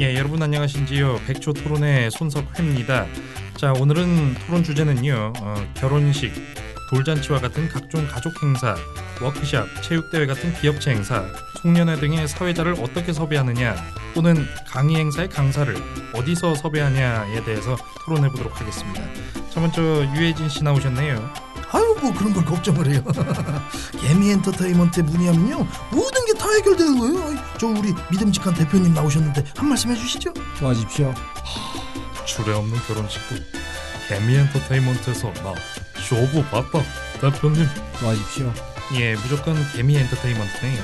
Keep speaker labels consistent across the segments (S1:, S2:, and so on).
S1: 예, 여러분 안녕하신지요. 백초 토론의 손석회입니다. 자, 오늘은 토론 주제는요. 어, 결혼식, 돌잔치와 같은 각종 가족 행사, 워크샵, 체육대회 같은 기업체 행사, 송년회 등의 사회자를 어떻게 섭외하느냐, 또는 강의 행사의 강사를 어디서 섭외하냐에 대해서 토론해 보도록 하겠습니다. 자, 먼저 유해진 씨 나오셨네요.
S2: 아유 뭐 그런 걸 걱정을 해요 개미 엔터테인먼트에 문의하면요 모든 게 다 해결되는 거예요 아이, 저 우리 믿음직한 대표님 나오셨는데 한 말씀 해주시죠
S3: 도와주십시오.
S1: 주례 없는 결혼식도 개미 엔터테인먼트에서 나 쇼부 봤다 대표님
S3: 도와주십시오.
S1: 예, 무조건 개미 엔터테인먼트네요.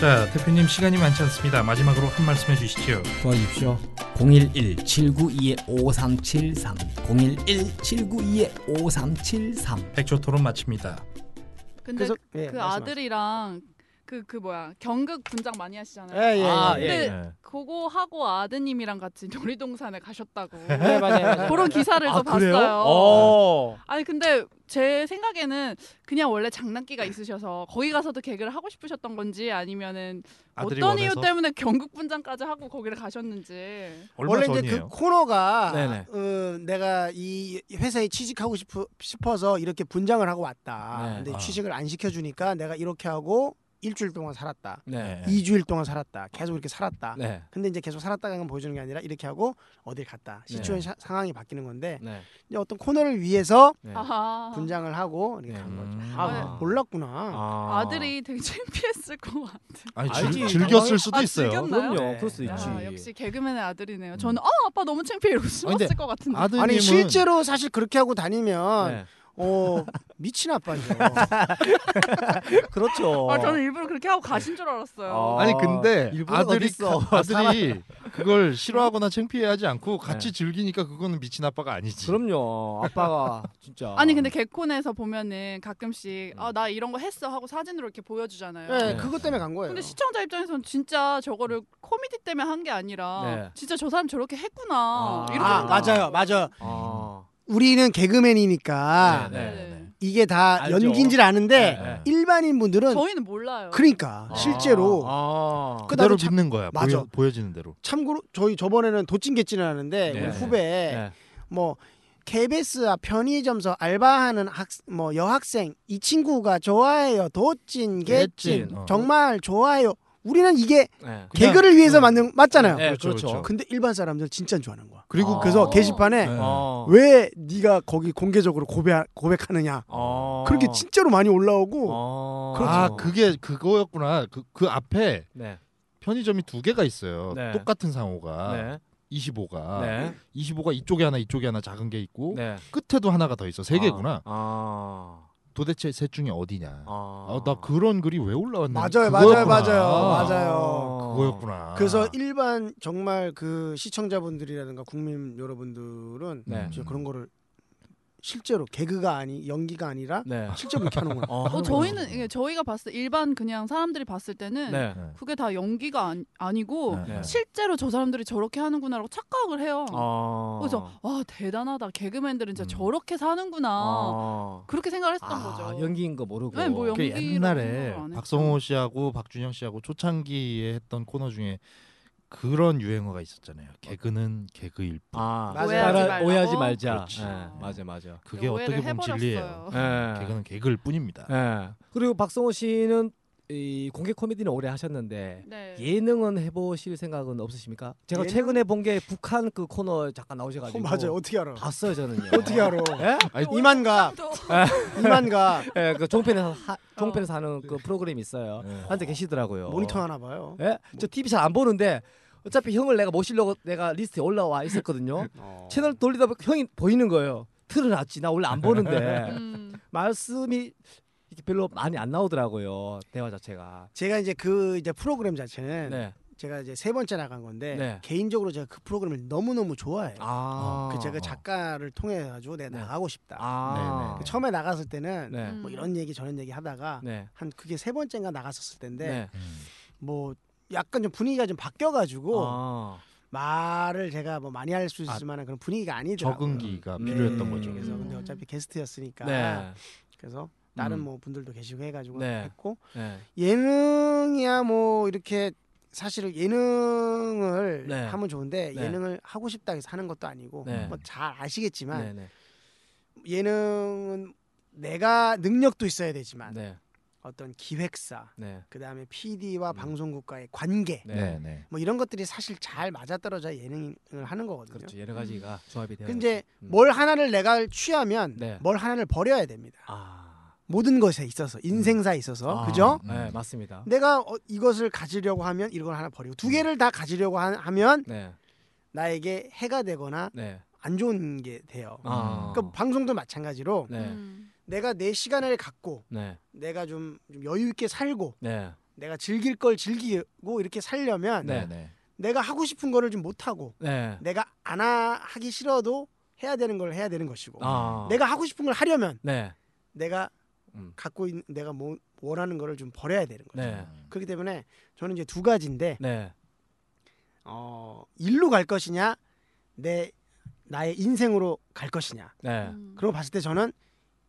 S1: 자, 대표님 시간이 많지 않습니다. 마지막으로 한 말씀 해주시죠.
S3: 도와주십시오. 011-792-5373 011-792-5373
S1: 백조 토론 마칩니다.
S4: 근데
S5: 그래서 예,
S4: 그
S5: 말씀하세요.
S4: 아들이랑 그 그 뭐야 경극 분장 많이 하시잖아요.
S5: 예, 예,
S4: 아,
S5: 예,
S4: 근데
S1: 예.
S4: 그거 하고 아드님이랑 같이 놀이동산에 가셨다고
S5: 네, 맞아요. 맞아요.
S4: 그런 기사를 저 봤어요.
S5: 어.
S4: 아니 근데 제 생각에는 그냥 원래 장난기가 있으셔서 거기 가서도 개그를 하고 싶으셨던 건지 아니면은
S6: 아들이
S4: 어떤
S6: 원해서?
S4: 이유 때문에 경극 분장까지 하고 거기를 가셨는지.
S5: 원래 이제 그 코너가
S3: 네네.
S5: 어, 내가 이 회사에 취직하고 싶, 싶어서 이렇게 분장을 하고 왔다.
S3: 네.
S5: 근데
S6: 아.
S5: 취직을 안 시켜주니까 내가 이렇게 하고 일주일 동안 살았다.
S3: 네.
S5: 이 2주일 동안 살았다. 계속 이렇게 살았다.
S3: 네.
S5: 근데 이제 계속 살았다는 건 보여주는 게 아니라 이렇게 하고 어딜 갔다. 시추에 네. 상황이 바뀌는 건데
S3: 네.
S5: 이제 어떤 코너를 위해서
S3: 네.
S4: 아하.
S5: 분장을 하고 이렇게
S3: 네.
S5: 간 거죠.
S1: 음.
S5: 아,
S4: 네.
S5: 몰랐구나.
S3: 아.
S4: 아들이 되게 창피했을 것 같아.
S6: 아니,
S5: 알지.
S6: 즐, 즐겼을 수도
S4: 아,
S6: 있어요.
S4: 즐겼나요?
S3: 그럼요.
S5: 네.
S3: 그럴 수 있지.
S4: 아, 역시 개그맨의 아들이네요. 저는 아 아빠 너무 창피해 이러고
S6: 근데
S4: 숨었을 것 같은데.
S6: 아드님은
S5: 아니 실제로 사실 그렇게 하고 다니면
S3: 네.
S5: 어 미친 아빠죠.
S3: 그렇죠.
S4: 아 저는 일부러 그렇게 하고 가신 줄 알았어요.
S3: 어.
S6: 아니 근데
S3: 일본은
S6: 아들이
S3: 어딨어.
S6: 아들이 그걸 싫어하거나 창피해하지 않고 같이 즐기니까 그거는 미친 아빠가 아니지.
S3: 네. 그럼요. 아빠가 진짜.
S4: 아니 근데 개콘에서 보면은 가끔씩 아 나 이런 거 했어 하고 사진으로 이렇게 보여주잖아요.
S5: 네,
S3: 음. 네.
S5: 그것 때문에 간 거예요.
S4: 근데 시청자 입장에서는 진짜 저거를 코미디 때문에 한 게 아니라
S3: 네.
S4: 진짜 저 사람 저렇게 했구나
S3: 아,
S4: 이렇게
S5: 아
S4: 한 거예요.
S5: 맞아요, 맞아.
S3: 아.
S5: 우리는 개그맨이니까
S3: 네,
S4: 네.
S5: 이게 다
S3: 알죠.
S5: 연기인지를 아는데
S3: 네.
S5: 일반인 분들은
S4: 저희는 몰라요.
S5: 그러니까
S3: 아.
S5: 실제로
S3: 아.
S5: 그-
S6: 그대로
S5: 그다음에 참-
S6: 믿는 거야.
S5: 맞아.
S6: 보여, 보여지는 대로.
S5: 참고로 저희 저번에는 도찐개찐을 하는데
S3: 네.
S5: 우리 후배
S3: 네.
S5: 뭐 KBS 앞 편의점서 알바하는 학 뭐 여학생 이 친구가 좋아해요 도찐개찐
S3: 개찐, 어.
S5: 정말 좋아요. 우리는 이게
S3: 네.
S6: 그냥-
S5: 개그를 위해서
S6: 음.
S5: 만든 맞잖아요.
S3: 네,
S6: 그렇죠,
S3: 그렇죠.
S6: 그렇죠.
S5: 근데 일반 사람들 진짜 좋아하는 거야.
S6: 그리고
S3: 아.
S5: 그래서 게시판에
S6: 네.
S3: 어.
S5: 왜 네가 거기 공개적으로 고백 고백하느냐
S3: 어.
S5: 그렇게 그렇죠. 진짜로 많이 올라오고
S3: 어.
S6: 아 그게 그거였구나. 그, 그 앞에
S3: 네.
S6: 편의점이 두 개가 있어요.
S3: 네.
S6: 똑같은 상호가
S3: 네.
S6: 25가
S3: 네.
S6: 25가 이쪽에 하나 이쪽에 하나 작은 게 있고
S3: 네.
S6: 끝에도 하나가 더 있어. 세 개구나.
S3: 아.
S6: 도대체 셋 중에 어디냐.
S3: 아. 아.
S6: 아, 나 그런 글이 왜 올라왔나?
S5: 맞아요,
S6: 그거였구나.
S5: 맞아요, 맞아요, 맞아요.
S6: 그거였구나.
S5: 그래서 일반 정말 그 시청자분들이라든가 국민 여러분들은
S3: 네.
S5: 진짜 그런 거를 실제로 개그가 아니 연기가 아니라
S3: 네.
S5: 실제로 그렇게 하는 음. 거야.
S3: 어,
S4: 어, 저희는 이게 저희가 봤을 때 일반 그냥 사람들이 봤을 때는
S3: 네.
S4: 그게 다 연기가 아니, 아니고
S6: 네.
S4: 실제로 저 사람들이 저렇게 하는구나라고 착각을 해요.
S3: 어.
S4: 그래서 와 대단하다 개그맨들은 진짜
S6: 음.
S4: 저렇게 사는구나
S3: 아.
S4: 그렇게 생각을 했던
S3: 아,
S4: 거죠.
S3: 연기인 거 모르고.
S4: 네, 뭐 연-
S6: 그
S4: 연기라고
S6: 옛날에
S4: 생각을 안 했죠.
S6: 박성호 씨하고 박준영 씨하고 초창기에 했던 코너 중에 그런 유행어가 있었잖아요. 개그는 개그일 뿐.
S3: 아,
S5: 맞아요.
S3: 따라-
S4: 오해하지 말라고.
S3: 오해하지 말자.
S6: 그렇지.
S3: 예, 맞아, 맞아.
S6: 그게
S4: 오해를
S6: 어떻게 보면
S4: 해버렸어요.
S6: 진리예요.
S3: 예.
S6: 개그는 개그일 뿐입니다.
S3: 예. 그리고 박성호 씨는 이 공개 코미디는 오래 하셨는데
S4: 네.
S3: 예능은 해보실 생각은 없으십니까? 제가
S5: 예능?
S3: 최근에 본 게 북한 그 코너 잠깐 나오셔가지고
S5: 어, 맞아요. 어떻게 알아?
S3: 봤어요 저는요.
S5: 어떻게 알아?
S3: 예?
S5: 이만갑,
S4: 또
S5: 이만갑
S3: 예, 그 종편에서 하, 종편에서 하는 그 프로그램 이 있어요.
S6: 네.
S3: 한테 계시더라고요.
S5: 모니터 하나 봐요.
S3: 예? 저 TV 잘 안 보는데 어차피 형을 내가 모시려고 내가 리스트에 올라와 있었거든요.
S5: 어.
S3: 채널 돌리다 보니까 형이 보이는 거예요. 틀어놨지. 나 원래 안 보는데
S4: 음.
S3: 말씀이 이렇게 별로 많이 안 나오더라고요. 대화 자체가.
S5: 제가 이제 그 이제 프로그램 자체는
S3: 네.
S5: 제가 이제 세 번째 나간 건데
S3: 네.
S5: 개인적으로 제가 그 프로그램을 너무 너무 좋아해요.
S3: 아.
S5: 그 제가 작가를 통해 가지고 내가
S3: 네.
S5: 나가고 싶다.
S3: 아.
S5: 그 처음에 나갔을 때는
S3: 네.
S4: 음.
S5: 뭐 이런 얘기 저런 얘기 하다가
S3: 네.
S5: 한 그게 세 번째인가 나갔었을 텐데
S3: 네.
S5: 뭐 약간 좀 분위기가 좀 바뀌어가지고
S3: 아.
S5: 말을 제가 뭐 많이 할 수 있을
S6: 아,
S5: 만한 그런 분위기가 아니더라고요.
S6: 적응기가
S3: 음.
S6: 필요했던 거죠.
S5: 그래서
S4: 음.
S5: 근데 어차피 게스트였으니까
S3: 네.
S5: 그래서 다른
S3: 음.
S5: 뭐 분들도 계시고 해가지고
S3: 네.
S5: 했고
S3: 네.
S5: 예능이야 뭐 이렇게 사실 예능을
S3: 네.
S5: 하면 좋은데
S3: 네.
S5: 예능을 하고 싶다 해서 하는 것도 아니고
S3: 네.
S5: 뭐 잘 아시겠지만
S3: 네.
S5: 예능은 내가 능력도 있어야 되지만
S3: 네.
S5: 어떤 기획사
S3: 네.
S5: 그다음에 PD와
S3: 음.
S5: 방송국과의 관계
S3: 네.
S6: 네, 네.
S5: 뭐 이런 것들이 사실 잘 맞아떨어져 예능을 하는 거거든요.
S3: 그렇죠. 여러 가지가 조합이 되어.
S5: 근데
S3: 음.
S5: 뭘 하나를 내가 취하면
S3: 네.
S5: 뭘 하나를 버려야 됩니다.
S3: 아.
S5: 모든 것에 있어서 인생사에 있어서
S3: 아,
S5: 그죠?
S3: 네, 맞습니다.
S5: 내가 어, 이것을 가지려고 하면 이걸 하나 버리고
S3: 음.
S5: 두 개를 다 가지려고 하, 면
S3: 네.
S5: 나에게 해가 되거나
S3: 네.
S5: 안 좋은 게 돼요.
S3: 아.
S5: 그러니까 방송도 마찬가지로
S3: 네.
S4: 음.
S5: 내가 내 시간을 갖고
S3: 네.
S5: 내가 좀, 좀 여유 있게 살고
S3: 네.
S5: 내가 즐길 걸 즐기고 이렇게 살려면
S3: 네.
S6: 네, 네.
S5: 내가 하고 싶은 거를 좀 못 하고
S3: 네.
S5: 내가 안 하, 하기 싫어도 해야 되는 걸 해야 되는 것이고
S3: 아.
S5: 내가 하고 싶은 걸 하려면
S3: 네.
S5: 내가
S3: 음.
S5: 갖고 있는 내가 뭐, 원하는 거를 좀 버려야 되는 거죠.
S3: 네.
S5: 그렇기 때문에 저는 이제 두 가지인데
S3: 네.
S5: 어, 일로 갈 것이냐 내 나의 인생으로 갈 것이냐
S3: 네.
S4: 음.
S5: 그러고 봤을 때 저는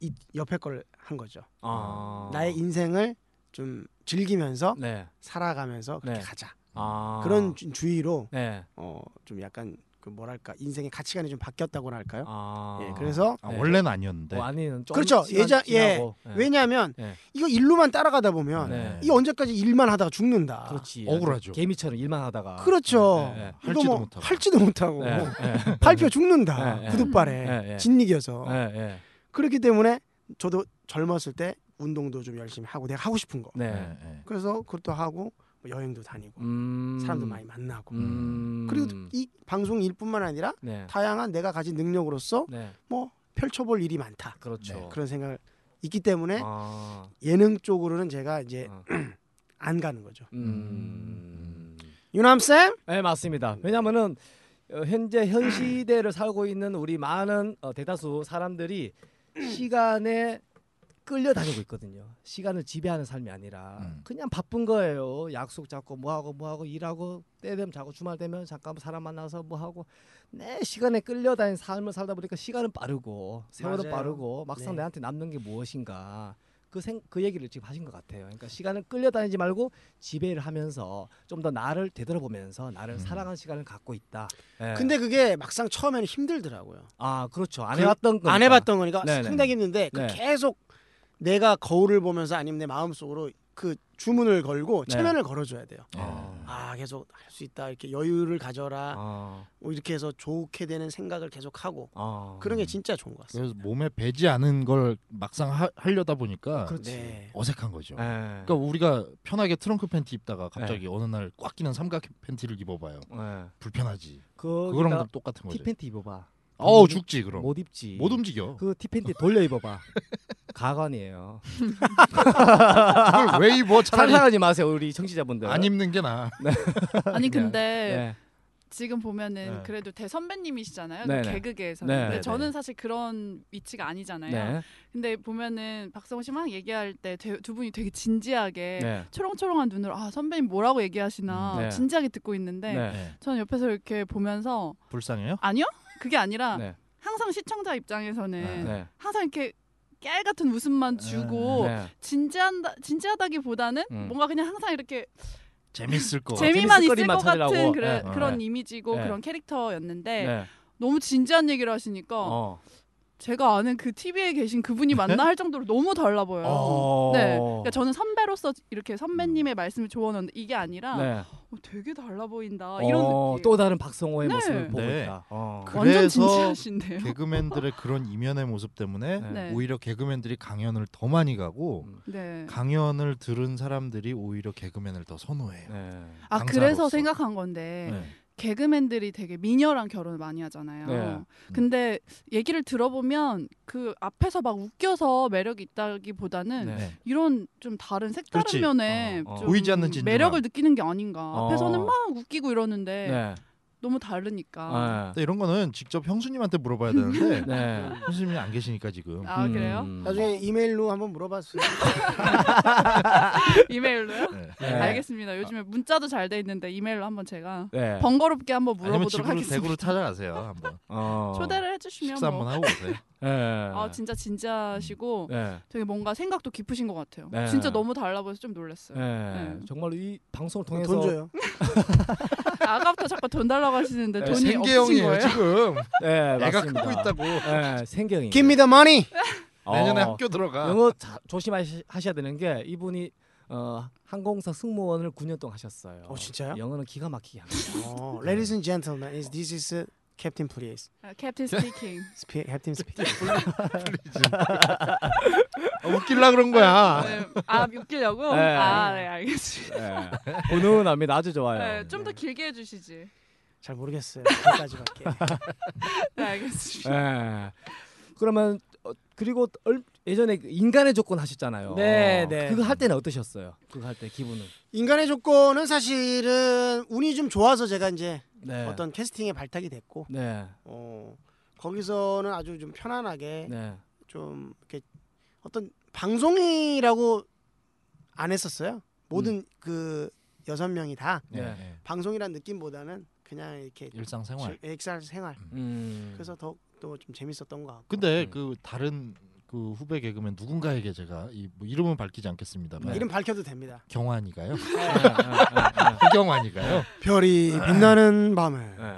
S5: 이 옆에 걸 한 거죠
S3: 아.
S5: 나의 인생을 좀 즐기면서
S3: 네.
S5: 살아가면서 그렇게
S3: 네.
S5: 가자
S3: 아.
S5: 그런 주- 주의로
S3: 네.
S5: 어, 좀 약간 그 뭐랄까 인생의 가치관이 좀 바뀌었다고나 할까요
S3: 아.
S5: 예 그래서
S6: 아,
S3: 네.
S6: 원래는 아니었는데.
S3: 뭐 아니는 좀
S5: 그렇죠.
S3: 시간
S5: 예전- 예.
S3: 지나고. 네.
S5: 왜냐하면
S3: 네.
S5: 이거 일로만 따라가다 보면
S3: 네.
S5: 이 언제까지 일만 하다가 죽는다
S3: 그렇지.
S6: 억울하죠.
S3: 아, 개미처럼 일만 하다가.
S5: 그렇죠
S3: 네, 네, 네.
S5: 이거
S6: 할지도
S5: 뭐
S6: 못하고.
S5: 할지도 못하고
S3: 네. 네.
S5: 발표 죽는다
S3: 네, 네.
S5: 구둣발에
S3: 네, 네.
S5: 진리겨서
S3: 네. 네.
S5: 그렇기 때문에 저도 젊었을 때 운동도 좀 열심히 하고 내가 하고 싶은 거
S3: 네.
S6: 네, 네.
S5: 그래서 그것도 하고 뭐 여행도 다니고
S3: 음.
S5: 사람도 많이 만나고
S3: 음.
S5: 그리고 이 방송 일뿐만 아니라
S3: 네.
S5: 다양한 내가 가진 능력으로서
S3: 네.
S5: 뭐 펼쳐볼 일이 많다
S3: 그렇죠.
S6: 네,
S5: 그런 생각을 있기 때문에
S3: 아.
S5: 예능 쪽으로는 제가 이제
S3: 어.
S5: 안 가는 거죠
S3: 음.
S5: 유남쌤
S3: 네 맞습니다. 왜냐면은 어, 현재 현 시대를 살고 있는 우리 많은 어, 대다수 사람들이 시간에 끌려다니고 있거든요. 시간을 지배하는 삶이 아니라
S6: 음.
S3: 그냥 바쁜 거예요. 약속 잡고 뭐 하고 뭐 하고 일하고 때 되면 자고 주말 되면 잠깐 사람 만나서 뭐 하고 내 시간에 끌려다닌 삶을 살다 보니까 시간은 빠르고 세월은
S5: 맞아요.
S3: 빠르고 막상
S5: 네.
S3: 내한테 남는 게 무엇인가 그 생 그 얘기를 지금 하신 것 같아요. 그러니까 시간을 끌려다니지 말고 지배를 하면서 좀 더 나를 되돌아보면서 나를
S6: 음.
S3: 사랑하는 시간을 갖고 있다. 예.
S5: 근데 그게 막상 처음에는 힘들더라고요
S3: 아 그렇죠. 안
S5: 그-
S3: 해봤던 거니까.
S5: 안 해봤던 거니까
S3: 네네.
S5: 상당히 힘든데 그
S3: 네.
S5: 계속 내가 거울을 보면서 아니면 내 마음속으로 그 주문을 걸고
S3: 네.
S5: 체면을 걸어줘야 돼요
S6: 네.
S3: 아.
S5: 아 계속 할 수 있다 이렇게 여유를 가져라
S3: 아,
S5: 뭐 이렇게 해서 좋게 되는 생각을 계속 하고
S3: 아.
S5: 그런 게 진짜 좋은 것 같습니다.
S6: 그래서 뭐 몸에 배지 않은 걸 막상 하, 하려다 보니까
S3: 그렇지.
S5: 네.
S6: 어색한 거죠.
S3: 예.
S6: 그러니까 우리가 편하게 트렁크 팬티 입다가 갑자기
S3: 네.
S6: 어느 날 꽉 끼는 삼각 팬티를 입어봐요.
S3: 예.
S6: 불편하지.
S3: 그
S6: 그거랑 똑같은 거지.
S3: 티팬티 입어봐.
S6: 어우 죽지 그럼. 못, 음-
S3: 못 입지.
S6: 움직여.
S3: 그 티팬티 돌려 입어봐. 가관이에요.
S6: 그걸 왜 입어? 차라리
S3: 상상하지 마세요, 우리 청취자분들.
S6: 안 입는 게 나.
S4: 아니
S3: 그냥,
S4: 근데
S3: 네.
S4: 지금 보면은
S6: 네.
S4: 그래도 대선배님이시잖아요.
S3: 네네.
S4: 개그계에서는.
S3: 네,
S4: 근데
S3: 네.
S4: 저는 사실 그런 위치가 아니잖아요.
S3: 네.
S4: 근데 보면은 박성호 씨 막 얘기할 때 두 분이 되게 진지하게
S3: 네.
S4: 초롱초롱한 눈으로 아 선배님 뭐라고 얘기하시나
S3: 음, 네.
S4: 진지하게 듣고 있는데
S3: 네.
S6: 네.
S4: 저는 옆에서 이렇게 보면서
S6: 불쌍해요?
S4: 아니요 그게 아니라
S3: 네.
S4: 항상 시청자 입장에서는
S3: 네.
S4: 항상 이렇게 깨알 같은 웃음만 주고
S3: 네.
S4: 진지한다 진지하다기보다는
S3: 음.
S4: 뭔가 그냥 항상 이렇게
S6: 재밌을 거. 같아.
S4: 재미만
S3: 재밌을
S4: 있을
S3: 거리만
S4: 것 같은
S3: 찾으려고.
S4: 그래,
S6: 네,
S4: 그런
S3: 네.
S4: 이미지고
S3: 네.
S4: 그런 캐릭터였는데
S3: 네.
S4: 너무 진지한 얘기를 하시니까
S3: 어. 네?
S4: 제가 아는 그 TV에 계신 그분이 맞나 할 정도로 너무 달라 보여요.
S3: 어. 음.
S4: 네, 그러니까 저는 선배로서 이렇게 선배님의 말씀을 조언하는데 이게 아니라
S3: 네.
S4: 어, 되게 달라 보인다 이런
S3: 어,
S4: 느낌.
S3: 또 다른 박성호의
S4: 네.
S3: 모습을 보고
S6: 네.
S3: 있다. 어.
S6: 그-
S4: 완전
S6: 그래서
S4: 진지하신데요.
S6: 개그맨들의 그런 이면의 모습 때문에
S3: 네.
S4: 네.
S6: 오히려 개그맨들이 강연을 더 많이 가고
S3: 음.
S4: 네.
S6: 강연을 들은 사람들이 오히려 개그맨을 더 선호해요.
S3: 네.
S4: 아
S6: 강사로서.
S4: 그래서 생각한 건데
S6: 네.
S4: 개그맨들이 되게 미녀랑 결혼을 많이 하잖아요.
S3: 네.
S4: 근데 얘기를 들어보면 그 앞에서 막 웃겨서 매력이 있다기보다는
S3: 네.
S4: 이런 좀 다른 색다른
S6: 그렇지.
S4: 면에
S3: 어, 어.
S4: 좀
S6: 보이지 않는 진중함.
S4: 매력을 느끼는 게 아닌가.
S3: 어.
S4: 앞에서는 막 웃기고 이러는데
S3: 네.
S4: 너무 다르니까.
S3: 네.
S6: 근데 이런 거는 직접 형수님한테 물어봐야 되는데
S3: 네.
S6: 형수님이 안 계시니까 지금.
S4: 아 그래요?
S3: 음.
S5: 나중에 이메일로 한번 물어봤어요.
S4: 이메일로요?
S6: 네. 어.
S3: 네.
S4: 알겠습니다. 요즘에 문자도 잘 돼 있는데 이메일로 한번 제가
S3: 네.
S4: 번거롭게 한번
S6: 아니면
S4: 물어보도록
S6: 집으로 대구로
S4: 하겠습니다.
S6: 찾아가세요. 한번
S3: 어.
S4: 초대를 해주시면
S6: 식사
S4: 뭐
S6: 한번 하고 오세요.
S3: 예.
S4: 아 진짜 진지하시고
S3: 예.
S4: 되게 뭔가 생각도 깊으신 것 같아요.
S3: 네.
S4: 진짜 너무 달라 보여서 좀 놀랐어요.
S3: 예.
S4: 네.
S3: 정말 이 방송을 통해서
S5: 돈 줘요.
S4: 아까부터 자꾸 돈 달라고 하시는데
S3: 네,
S4: 돈이 없으신
S6: 생계형이에요
S4: 거예요?
S6: 지금.
S3: 예,
S6: 애가
S3: 맞습니다.
S6: 크고 있다고.
S3: 예, 생경이.
S5: Give me the money.
S6: 내년에 학교 들어가.
S3: 영어 자, 조심하셔야 되는 게 이분이 어, 항공사 승무원을 9년 동안 하셨어요.
S5: 어, 진짜요?
S3: 영어는 기가 막히게 합니다.
S5: 어, ladies and gentlemen, is this is uh, Captain Please.
S4: 캡틴 스피킹.
S5: Spe- Captain Speaking.
S6: 아, 웃길라 그런 거야.
S4: 네. 아 웃기려고?
S3: 네.
S4: 아 네 알겠습니다.
S3: 예. 훈훈합니다. 아주 좋아요.
S4: 네, 좀 더 길게 해주시지.
S5: 잘 모르겠어요. 여기까지밖에.
S4: 네 알겠습니다.
S3: 예. 그러면 어, 그리고 얼, 예전에 그 인간의 조건 하셨잖아요.
S5: 네, 네.
S3: 그거 할 때는 어떠셨어요? 그거 할 때 기분은?
S5: 인간의 조건은 사실은 운이 좀 좋아서 제가 이제
S3: 네.
S5: 어떤 캐스팅에 발탁이 됐고
S3: 네.
S5: 어, 거기서는 아주 좀 편안하게
S3: 네.
S5: 좀 이렇게 어떤 방송이라고 안 했었어요. 모든
S6: 음.
S5: 그 여섯 명이 다
S3: 네.
S6: 예, 예.
S5: 방송이란 느낌보다는 그냥 이렇게
S6: 일상생활.
S5: 액살 생활.
S3: 음.
S5: 그래서 더또 좀 재밌었던 것 같고.
S6: 근데
S3: 음.
S6: 그 다른 그 후배 개그맨 누군가에게 제가 이, 뭐 이름은 밝히지 않겠습니다만
S5: 네. 이름 밝혀도 됩니다.
S6: 경환이가요. 네.
S3: 예, 예, 예, 예.
S6: 허경환이가요.
S5: 별이 빛나는 밤에.
S3: 예.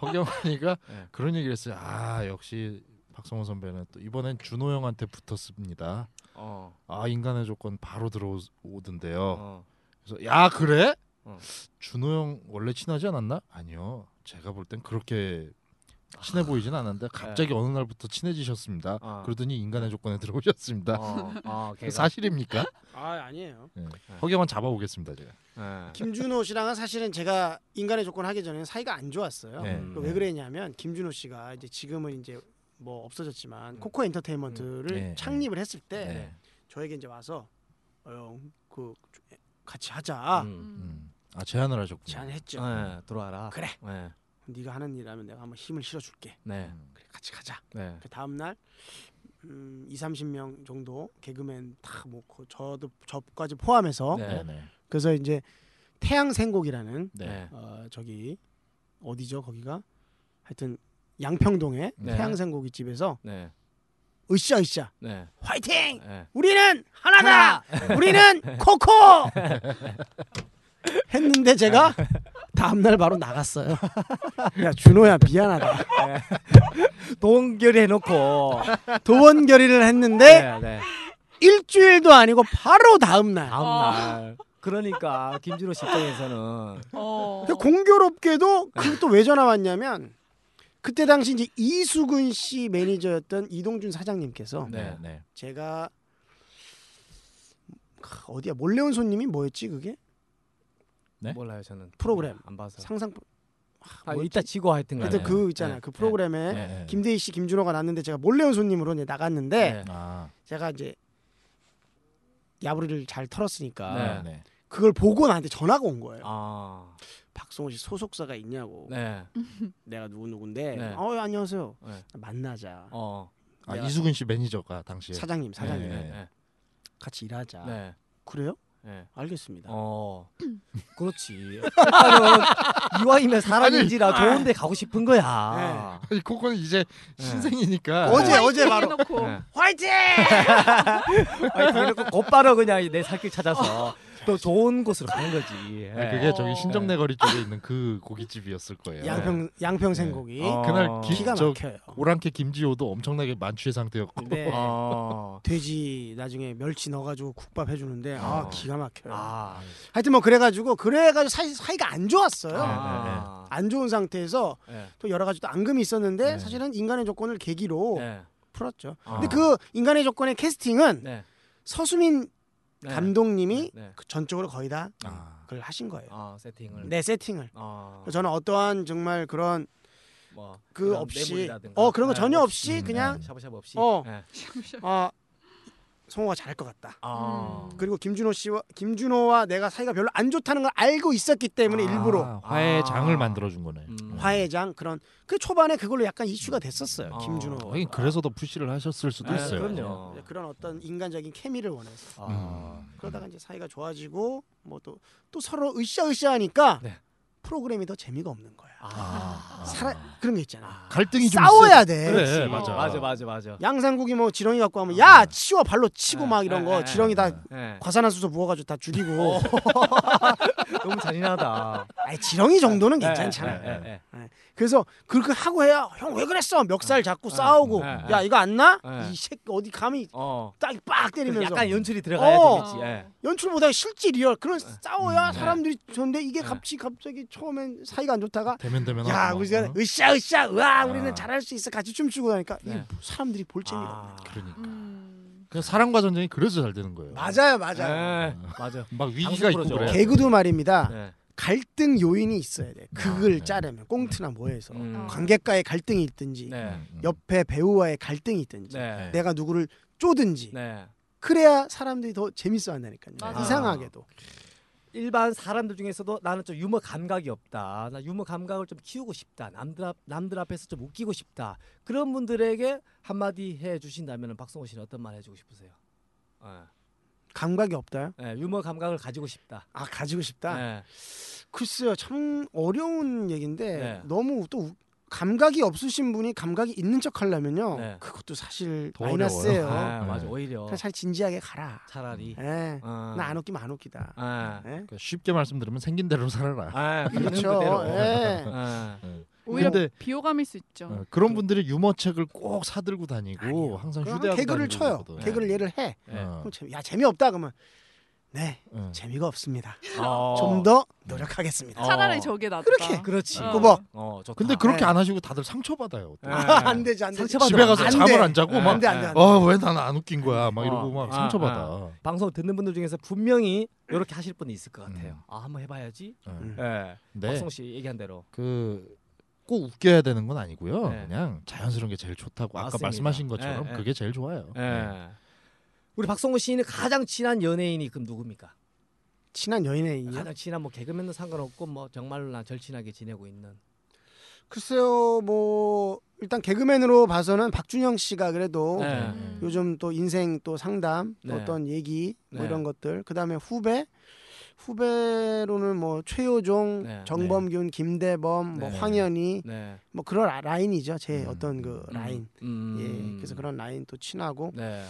S6: 허경환이가
S3: 네.
S6: 그런 얘기를 했어요. 아 역시 박성호 선배는 또 이번엔 준호 형한테 붙었습니다.
S3: 어.
S6: 아 인간의 조건 바로 들어오던데요.
S3: 어.
S6: 그래서 야 그래?
S3: 어.
S6: 준호 형 원래 친하지 않았나? 아니요. 제가 볼 땐 그렇게 친해 보이진 않았는데 갑자기
S3: 예.
S6: 어느 날부터 친해지셨습니다.
S3: 아.
S6: 그러더니 인간의 조건에 들어오셨습니다.
S3: 어. 어. 걔가-
S6: 사실입니까?
S5: 아 아니에요.
S6: 허경환 잡아보겠습니다 제가.
S3: 예.
S5: 김준호 씨랑은 사실은 제가 인간의 조건 하기 전에는 사이가 안 좋았어요.
S6: 네.
S3: 음.
S5: 그왜 그랬냐면 김준호 씨가 이제 지금은 이제 뭐 없어졌지만
S3: 음. 예,
S5: 코코 엔터테인먼트를
S6: 네.
S5: 창립을 했을 때
S6: 네.
S5: 저에게 이제 와서 어, 그 같이 하자
S3: 음.
S6: 음. 아 제안을 하셨군요.
S5: 제안했죠.
S3: 예, 들어와라.
S5: 아. 그래.
S3: 예.
S5: 네가 하는 일하면 내가 한번 힘을 실어줄게.
S3: 네.
S6: 음.
S5: 그래 같이 가자.
S3: 네.
S5: 그 다음 날 음, 2, 30명 정도 개그맨 다뭐 저도 저까지 포함해서
S3: 네.
S6: 네네.
S5: 그래서 이제 태양생곡이라는
S6: 네.
S3: 네.
S5: 어, 저기 어디죠 거기가 하여튼 양평동의
S3: 네.
S5: 태양생고기 집에서
S3: 네.
S5: 으쌰 으쌰
S3: 네.
S5: 화이팅
S3: 예.
S5: 우리는 하나다 우리는 코코 했는데 제가 다음날 바로 나갔어요 야 준호야 미안하다
S3: 동결이 해놓고.
S5: 도원 결의를 했는데
S3: 네. 네.
S5: 일주일도 아니고 바로 다음날
S3: 다음 날. 그러니까 김준호 씨 입장에서는
S4: 어.
S5: 근데 공교롭게도 그또 왜 전화 왔냐면 그때 당시 이제 이수근 씨 매니저였던 이동준 사장님께서
S3: 네.
S6: 네.
S5: 제가 크, 어디야 몰래 온 손님이 뭐였지 그게
S6: 네?
S3: 몰라요 저는
S5: 프로그램.
S3: 안 봐서.
S5: 상상
S3: 아, 이따 지고 하여튼
S5: 그때
S3: 간에.
S5: 그 있잖아
S3: 네.
S5: 그 프로그램에
S6: 네, 네.
S5: 김대희 씨 김준호가 났는데 제가 몰래 온 손님으로 이제 나갔는데
S3: 네.
S6: 아.
S5: 제가 이제 야부리를 잘 털었으니까
S3: 네.
S6: 네. 네.
S5: 그걸 보고 나한테 전화가 온 거예요
S3: 아.
S5: 박성호 씨 소속사가 있냐고
S3: 네.
S5: 내가 누구 누군데
S3: 네.
S5: 어 안녕하세요
S3: 네.
S5: 만나자
S3: 어.
S6: 아
S5: 내가-
S6: 이수근 씨 매니저가 당시에
S5: 사장님 사장님
S6: 네.
S5: 같이 일하자
S3: 네.
S5: 그래요
S3: 네.
S5: 알겠습니다
S3: 어. 그렇지. 일단은 이왕이면 사람인지라 좋은데 가고 싶은 거야.
S6: 이 코코는 이제
S3: 네.
S6: 신생이니까
S5: 어제 어제 바로
S4: 아, 해놓고
S3: 네.
S5: 화이팅
S3: 아니, 그래놓고 곧바로 그냥 내 살길 찾아서 또 좋은 곳으로 가는 거지.
S6: 아니,
S3: 예.
S6: 네, 그게 저기 신정내거리 쪽에 있는 그 고깃집이었을 거예요.
S5: 양평 양평 생고기
S3: 네. 어.
S6: 그날 기,
S5: 기가
S6: 저
S5: 막혀요.
S6: 오랑캐 김지호도 엄청나게 만취의 상태였고
S5: 네.
S3: 어.
S5: 돼지 나중에 멸치 넣어가지고 국밥 해주는데 아
S3: 어.
S5: 기가 막혀요.
S3: 아.
S5: 하여튼 뭐 그래가지고 그래가지고 사이, 사이가 안 좋았어요.
S3: 아.
S5: 안 좋은 상태에서
S3: 네.
S5: 또 여러 가지 또 앙금이 있었는데
S6: 네.
S5: 사실은 인간의 조건을 계기로
S3: 네.
S5: 풀었죠.
S3: 아.
S5: 근데 그 인간의 조건의 캐스팅은
S3: 네.
S5: 서수민
S3: 네.
S5: 감독님이
S3: 네.
S5: 그 전적으로 거의 다
S6: 아.
S5: 그걸 하신 거예요.
S3: 아, 세팅을.
S5: 내 세팅을.
S3: 아.
S5: 네. 그래서 저는 어떠한 정말 그런
S3: 뭐,
S5: 그
S3: 그런
S5: 없이
S3: 매물이라든가.
S5: 어 그런 거
S3: 네,
S5: 전혀 없이
S6: 음,
S5: 그냥
S6: 네.
S3: 샤브샤브 없이.
S5: 어.
S3: 네.
S5: 아 성호가 잘할 것 같다.
S3: 아.
S4: 음.
S5: 그리고 김준호 씨와 김준호와 내가 사이가 별로 안 좋다는 걸 알고 있었기 때문에
S3: 아.
S5: 일부러
S6: 화해
S3: 아.
S6: 장을 만들어 준 거네.
S3: 음.
S5: 화해장 그런 그 초반에 그걸로 약간 이슈가 됐었어요.
S3: 아.
S5: 김준호.
S6: 하긴 그래서 더 푸시를 하셨을 수도
S3: 네,
S6: 있어요.
S3: 그럼요.
S5: 이제 그런 어떤 인간적인 케미를 원해서
S3: 아.
S6: 음.
S5: 그러다가 이제 사이가 좋아지고 뭐 또 또 서로 으쌰으쌰하니까
S3: 네.
S5: 프로그램이 더 재미가 없는 거야.
S6: 아,
S5: 살아 그런 게 있잖아.
S6: 갈등이 좀
S5: 싸워야 돼.
S6: 그래,
S4: 어,
S6: 맞아.
S3: 맞아 맞아 맞아.
S5: 양상국이 뭐 지렁이 갖고 하면 야 치워 발로 치고
S3: 네,
S5: 막 이런
S3: 네,
S5: 거
S3: 네,
S5: 지렁이 다
S3: 예.
S5: 과산화수소 부어가지고 다 죽이고.
S3: 네. 너무 잔인하다.
S5: 아니 지렁이 정도는
S3: 예,
S5: 괜찮잖아. 네.
S3: 예, 예, 예.
S5: 그래서 그렇게 하고 해야 형 왜 그랬어 멱살 잡고 싸우고
S3: 네, 네.
S5: 야 이거 안 나?
S3: 네.
S5: 이 새끼 어디 감히
S3: 어.
S5: 딱빡 때리면서
S3: 약간 연출이 들어가야
S5: 어.
S3: 되겠지. 예.
S5: 연출 보다 실제 리얼 그런 싸워야
S6: 음.
S5: 사람들이 좋은데 이게
S3: 네.
S5: 갑자기 갑자기 처음엔 사이가 안 좋다가
S6: 대면 대면
S5: 야
S6: 하고
S5: 우리가
S6: 어?
S5: 으쌰 으쌰 와
S6: 아.
S5: 우리는 잘할 수 있어 같이 춤추고 나니까 이게
S3: 네.
S5: 사람들이 볼 재미가 없네.
S3: 아.
S6: 그러니까
S4: 음.
S6: 그냥 사랑과 전쟁이 그래서 잘 되는 거예요.
S5: 맞아요 맞아요
S3: 예. 맞아.
S6: 막 위기가
S3: 방송
S6: 있고
S3: 프로죠.
S6: 그래.
S5: 개그도 말입니다
S3: 네.
S5: 갈등 요인이 있어야 돼
S6: 아,
S5: 극을
S6: 네.
S5: 짜려면 꽁트나 뭐해서
S3: 음.
S5: 관객과의 갈등이 있든지
S3: 네.
S6: 음, 음.
S5: 옆에 배우와의 갈등이 있든지
S3: 네.
S5: 내가 누구를 쪼든지
S3: 네.
S5: 그래야 사람들이 더 재밌어 한다니까요.
S4: 맞아.
S5: 이상하게도.
S3: 일반 사람들 중에서도 나는 좀 유머 감각이 없다. 나 유머 감각을 좀 키우고 싶다. 남들 앞 남들 앞에서 좀 웃기고 싶다. 그런 분들에게 한마디 해 주신다면 박성호 씨는 어떤 말 해주고 싶으세요? 예.
S5: 감각이 없다요?
S3: 예, 유머 감각을 가지고 싶다.
S5: 아 가지고 싶다.
S3: 예.
S5: 글쎄요, 참 어려운 얘기인데
S3: 네.
S5: 너무 또 우- 감각이 없으신 분이 감각이 있는 척 하려면요,
S3: 네.
S5: 그것도 사실
S6: 더
S5: 마이너스예요.
S3: 아,
S6: 네.
S3: 맞아. 오히려
S5: 그냥 잘 진지하게 가라.
S3: 차라리.
S5: 예,
S3: 어.
S5: 나안 웃기면 안 웃기다.
S3: 아,
S5: 예.
S6: 그러니까 쉽게 말씀드리면 생긴 대로 살아라.
S3: 아,
S5: 그렇죠. 예.
S3: 아,
S4: 오히려
S6: 근데-
S4: 비호감일 수 있죠.
S6: 어, 그런 분들이 유머책을 꼭 사들고 다니고
S5: 아니에요.
S6: 항상
S5: 그럼
S6: 휴대하고
S5: 개그를
S6: 다니고
S5: 쳐요.
S6: 그러거든.
S5: 개그를 얘를 해.
S6: 예. 어,
S5: 그럼 재미, 야 재미없다 그러면 네
S6: 어.
S5: 재미가 없습니다.
S3: 어.
S5: 좀 더 노력하겠습니다.
S3: 어.
S4: 차라리 저게 낫다.
S5: 그렇게.
S3: 그렇지.
S4: 어.
S5: 꾸벅.
S3: 어, 좋다.
S6: 근데 그렇게
S5: 네.
S6: 안 하시고 다들 상처받아요.
S3: 예.
S5: 안 되지 안 되지.
S3: 상처받아.
S6: 집에 가서
S5: 안
S6: 잠을
S5: 돼. 네.
S6: 안 자고
S3: 예.
S6: 막
S5: 안돼 안돼 안돼.
S6: 어, 왜 난 안 웃긴 거야? 막 이러고
S3: 어.
S6: 막
S3: 아,
S6: 상처받아.
S3: 방송 듣는 분들 중에서 분명히 이렇게 하실 분이 있을 것 같아요.
S6: 음.
S3: 아, 한번 해봐야지.
S6: 예.
S5: 음.
S3: 예.
S6: 근데
S3: 박성호 씨 얘기한 대로.
S6: 그 꼭 웃겨야 되는 건 아니고요.
S3: 네.
S6: 그냥 자연스러운 게 제일 좋다고 아까
S3: 맞습니다.
S6: 말씀하신 것처럼
S3: 네, 네.
S6: 그게 제일 좋아요.
S3: 예.
S6: 네.
S3: 우리 박성호 씨는 가장 친한 연예인이 그럼 누굽니까?
S5: 친한 여인의
S3: 가장 친한 뭐 개그맨도 상관없고 뭐 정말로 난 절친하게 지내고 있는.
S5: 글쎄요 뭐 일단 개그맨으로 봐서는 박준영 씨가 그래도
S3: 네.
S4: 음.
S5: 요즘 또 인생 또 상담 또
S3: 네.
S5: 어떤 얘기 뭐
S3: 네.
S5: 이런 것들 그다음에 후배 후배로는 뭐 최효종,
S3: 네.
S5: 정범균, 김대범, 뭐
S3: 네.
S5: 황현희
S3: 네.
S5: 뭐 그런 라- 라인이죠 제
S6: 음.
S5: 어떤 그
S3: 음.
S5: 라인
S3: 음.
S5: 예 그래서 그런 라인 또 친하고
S3: 네.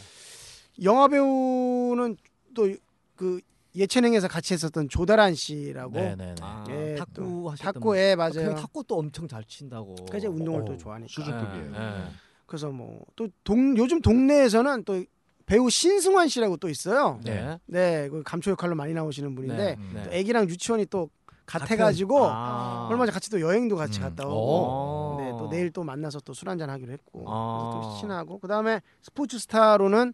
S5: 영화 배우는 또 그 예체능에서 같이 했었던 조다란 씨라고
S6: 네, 네, 네.
S3: 아,
S5: 예,
S3: 탁구 하셨던 분.
S5: 탁구에
S3: 아,
S5: 맞아요
S3: 그냥 탁구도 엄청 잘 친다고.
S5: 그래서 이제 운동을
S6: 어우,
S5: 또 좋아하니까
S6: 수준급이에요.
S3: 예, 예.
S5: 그래서 뭐 또 동 요즘 동네에서는 또 배우 신승환 씨라고 또 있어요.
S3: 네. 네.
S5: 네, 그 감초 역할로 많이 나오시는 분인데
S6: 음.
S5: 또
S3: 네.
S5: 애기랑 유치원이 또 같아가지고
S3: 아. 어.
S5: 얼마 전에 같이 또 여행도 같이
S6: 음.
S5: 갔다
S6: 오.
S5: 오고 네, 또 내일 또 만나서 또 술 한잔 하기로 했고
S3: 아.
S5: 그래서 또 친하고 그 다음에 스포츠 스타로는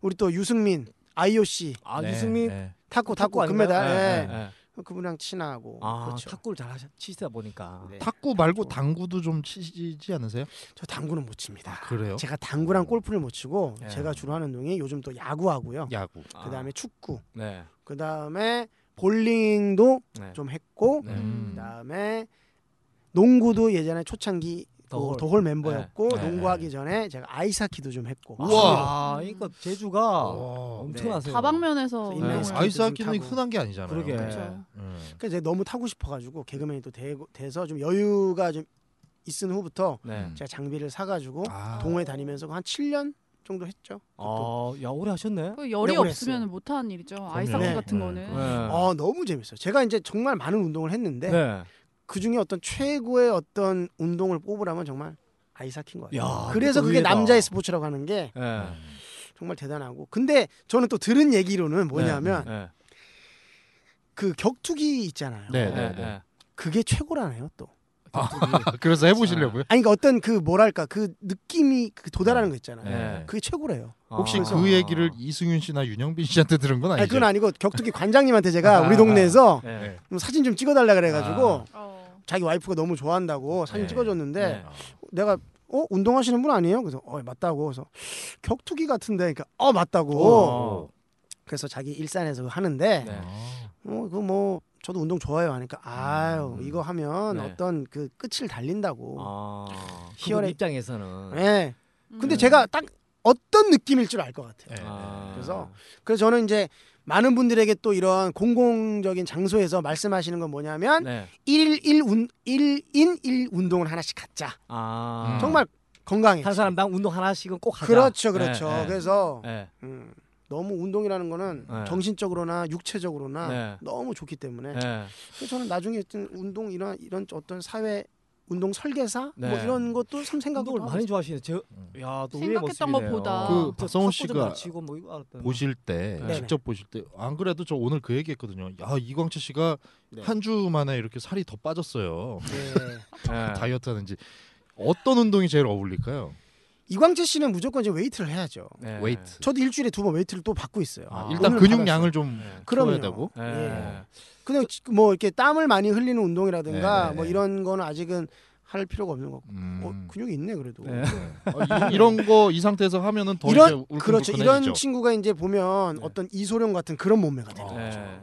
S5: 우리 또 유승민 IOC
S3: 아
S6: 네,
S3: 유승민
S6: 네.
S5: 탁구 탁구
S3: 아닌가요?
S5: 금메달
S3: 예,
S5: 예.
S3: 예, 예.
S5: 그분이랑 친하고
S3: 아
S5: 그렇죠.
S3: 탁구를 잘 하시, 치시다 보니까.
S5: 네.
S6: 탁구 말고 당구도 좀 치지 않으세요?
S5: 저 당구는 못 칩니다.
S6: 그래요?
S5: 제가 당구랑 골프를 못 치고
S3: 아, 어. 예.
S5: 제가 주로 하는 운동이 요즘 또 야구하고요.
S6: 야구.
S3: 아,
S5: 그 다음에 축구
S3: 네.
S5: 그 다음에 볼링도
S3: 네.
S5: 좀 했고
S3: 네.
S4: 음.
S5: 그 다음에 농구도 예전에 초창기 그
S3: 더홀.
S5: 더홀, 멤버였고
S6: 네.
S5: 농구하기 전에 제가 아이스하키도 좀 했고
S3: 우와. 아, 그러니까 제주가
S5: 어.
S6: 와.
S5: 네,
S3: 엄청나세요.
S4: 다방면에서
S5: 인맥
S4: 운동을
S5: 스킬.
S6: 아이스 하키는
S5: 타고.
S6: 흔한 게 아니잖아요.
S3: 그러게.
S4: 그렇죠.
S6: 음.
S5: 그러니까 제가 너무 타고 싶어가지고 개그맨이 또 되, 돼서 좀 여유가 좀 있은 후부터
S3: 네.
S5: 제가 장비를
S3: 어?
S5: 사가지고
S6: 아.
S5: 동호회 다니면서 한 7년 정도 했죠. 그것도.
S3: 아, 야 오래 하셨네.
S4: 그 열이
S5: 오래
S4: 없으면 못하는 일이죠. 아이스하키
S5: 네.
S4: 같은
S6: 네.
S4: 거는.
S5: 어, 너무 재밌어요. 제가 이제 정말 많은 운동을 했는데
S3: 네.
S5: 그 중에 어떤 최고의 어떤 운동을 뽑으라면 정말 아이스하키인 것 같아요.
S3: 야,
S5: 그래서
S3: 그것도
S5: 그게
S3: 의외다.
S5: 남자의 스포츠라고 하는 게
S3: 네.
S5: 정말 대단하고 근데 저는 또 들은 얘기로는 뭐냐면
S3: 네.
S5: 그 격투기 있잖아요
S6: 네,
S3: 네.
S6: 네, 네.
S5: 그게 최고라네요 또
S6: 아, 그래서 해보시려고요?
S5: 아니 그러니까 어떤 그 뭐랄까 그 느낌이 그 도달하는 거 있잖아요
S6: 네.
S5: 그게 최고래요
S6: 혹시
S3: 아.
S6: 그 얘기를 이승윤 씨나 윤영빈 씨한테 들은 건
S5: 아니
S6: 아니죠?
S5: 그건 아니고 격투기 관장님한테 제가
S3: 아,
S5: 우리 동네에서
S3: 네.
S5: 좀 사진 좀 찍어달라 그래가지고
S3: 아.
S4: 어.
S5: 자기 와이프가 너무 좋아한다고 사진
S6: 네.
S5: 찍어줬는데
S3: 네.
S5: 내가 어 운동하시는 분 아니에요? 그래서 어 맞다고 그래서 격투기 같은데 그러니까 어 맞다고
S3: 오.
S5: 그래서 자기 일산에서 하는데
S3: 네.
S6: 아.
S5: 어, 그 뭐 저도 운동 좋아요 하니까 아유
S6: 음.
S5: 이거 하면
S3: 네.
S5: 어떤 그 끝을 달린다고.
S3: 아. 네.
S5: 희열의-
S3: 희열의 입장에서는
S5: 예.
S4: 음.
S5: 근데 제가 딱 어떤 느낌일 줄 알 것 같아요.
S6: 네.
S5: 그래서 그래서 저는 이제 많은 분들에게 또 이런 공공적인 장소에서 말씀하시는 건 뭐냐면
S3: 네.
S5: 일 1일 운 1인 1 운동을 하나씩 갖자.
S3: 아.
S6: 음.
S5: 정말 건강해.
S3: 한 사람당 운동 하나씩은 꼭 하자.
S5: 그렇죠. 그렇죠.
S3: 네, 네.
S5: 그래서
S3: 네.
S5: 음, 너무 운동이라는 거는
S3: 네.
S5: 정신적으로나 육체적으로나
S3: 네.
S5: 너무 좋기 때문에
S3: 네.
S5: 그래서 저는 나중에 어떤 운동 이런 이런 어떤 사회 운동 설계사 뭐
S3: 네.
S5: 이런 것도 참 생각을
S3: 운동을
S5: 하고
S3: 많이 좋아하시네. 저,
S6: 음.
S3: 야, 또
S4: 생각했던 것보다.
S6: 그 박성훈 씨가
S3: 치고 뭐 이거 알았다.
S6: 보실 때
S3: 네.
S6: 직접 보실 때 안 그래도 저 오늘 그 얘기했거든요. 야 이광채 씨가
S5: 네.
S6: 한 주 만에 이렇게 살이 더 빠졌어요.
S5: 네.
S3: 네.
S6: 다이어트 하는지 어떤 운동이 제일 어울릴까요?
S5: 이광재 씨는 무조건 이제 웨이트를 해야죠.
S3: 네.
S6: 웨이트.
S5: 저도 일주일에 두 번 웨이트를 또 받고 있어요.
S6: 아,
S3: 아,
S6: 일단
S5: 오늘
S6: 근육량을 좀
S3: 네.
S5: 그럼요.
S6: 키워야 되고.
S3: 네.
S5: 예. 그냥 지- 뭐 이렇게 땀을 많이 흘리는 운동이라든가
S6: 네, 네,
S5: 뭐
S6: 네.
S5: 이런 거는 아직은 할 필요가 없는 것 같고
S6: 음.
S5: 어, 근육이 있네 그래도
S3: 네.
S6: 어, 이, 이런 거 이 상태에서 하면은 더 이제
S5: 이런
S6: 울컥
S5: 그렇죠 이런 친구가 이제 보면
S3: 네.
S5: 어떤 이소룡 같은 그런 몸매가 되는
S6: 어.
S5: 거죠.
S3: 네.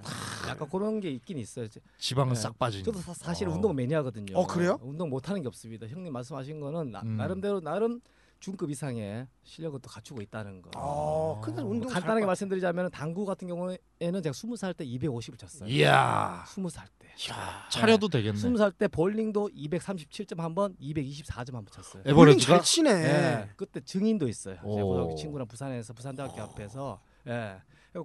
S3: 약간 그런 게 있긴 있어요. 저-
S6: 지방은
S3: 네.
S6: 싹 빠진.
S3: 저도 사, 사실
S6: 어.
S3: 운동 매니아거든요.
S5: 음. 어, 그래요?
S3: 운동 못 하는 게 없습니다. 형님 말씀하신 거는 나,
S6: 음.
S3: 나름대로 나름 중급 이상의 실력을 또 갖추고 있다는 거.
S5: 어, 근데
S3: 뭐
S5: 운동
S3: 간단하게
S5: 잘할 것
S3: 말씀드리자면 당구 같은 경우에는 제가 20살 때 250을 쳤어요.
S6: 예. 이야
S3: 20살 때. 아,
S6: 차려도 되겠네.
S3: 20살 때 볼링도 237점 한 번, 224점 한 번 쳤어요.
S5: 같아요. 볼링
S6: 에버리지가
S5: 잘 치네.
S3: 예. 그때 증인도 있어요. 제
S6: 오. 어.
S3: 고등학교 친구랑 부산에서 부산대학교 앞에서 예.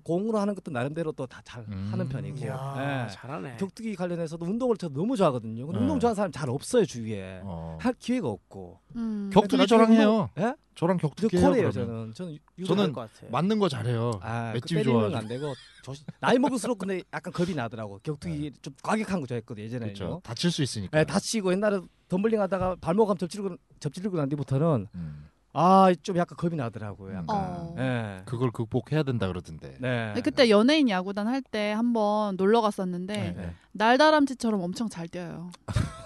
S3: 공으로 하는 것도 나름대로 또 다 잘
S6: 음.
S3: 하는 편이고.
S5: 이야
S3: 예.
S5: 잘하네.
S3: 격투기 관련해서도 운동을 저 너무 좋아하거든요. 근데
S6: 네.
S3: 운동 좋아하는 사람 잘 없어요 주위에.
S6: 어.
S3: 할 기회가 없고.
S4: 음.
S6: 격투기
S3: 나중에
S6: 저랑
S3: 운동-
S6: 해요.
S3: 예?
S6: 저랑
S3: 저
S6: 격투기 해요.
S3: 코레요
S6: 그러면.
S3: 저는. 네. 저는 유-
S6: 저는
S3: 유도할 것 같아요.
S6: 맞는 거 잘해요.
S3: 아, 그
S6: 맷집이
S3: 때리는
S6: 좋아가지고.
S3: 안 되고 조심- 나이 먹을수록 근데 약간 겁이 나더라고. 격투기 좀 과격한 거 좋아했거든 예전에요.
S6: 네. 그렇죠. 다칠 수 있으니까.
S3: 예, 다치고 옛날에 덤블링 하다가 발목함 접질고 접질고 난 뒤부터는
S6: 음.
S3: 아 좀 약간 겁이 나더라고요. 약간.
S4: 어.
S3: 예.
S6: 그걸 극복해야 된다 그러던데.
S3: 네.
S4: 근데 그때 연예인 야구단 할 때 한번 놀러 갔었는데
S6: 네.
S4: 날다람쥐처럼 엄청 잘 뛰어요.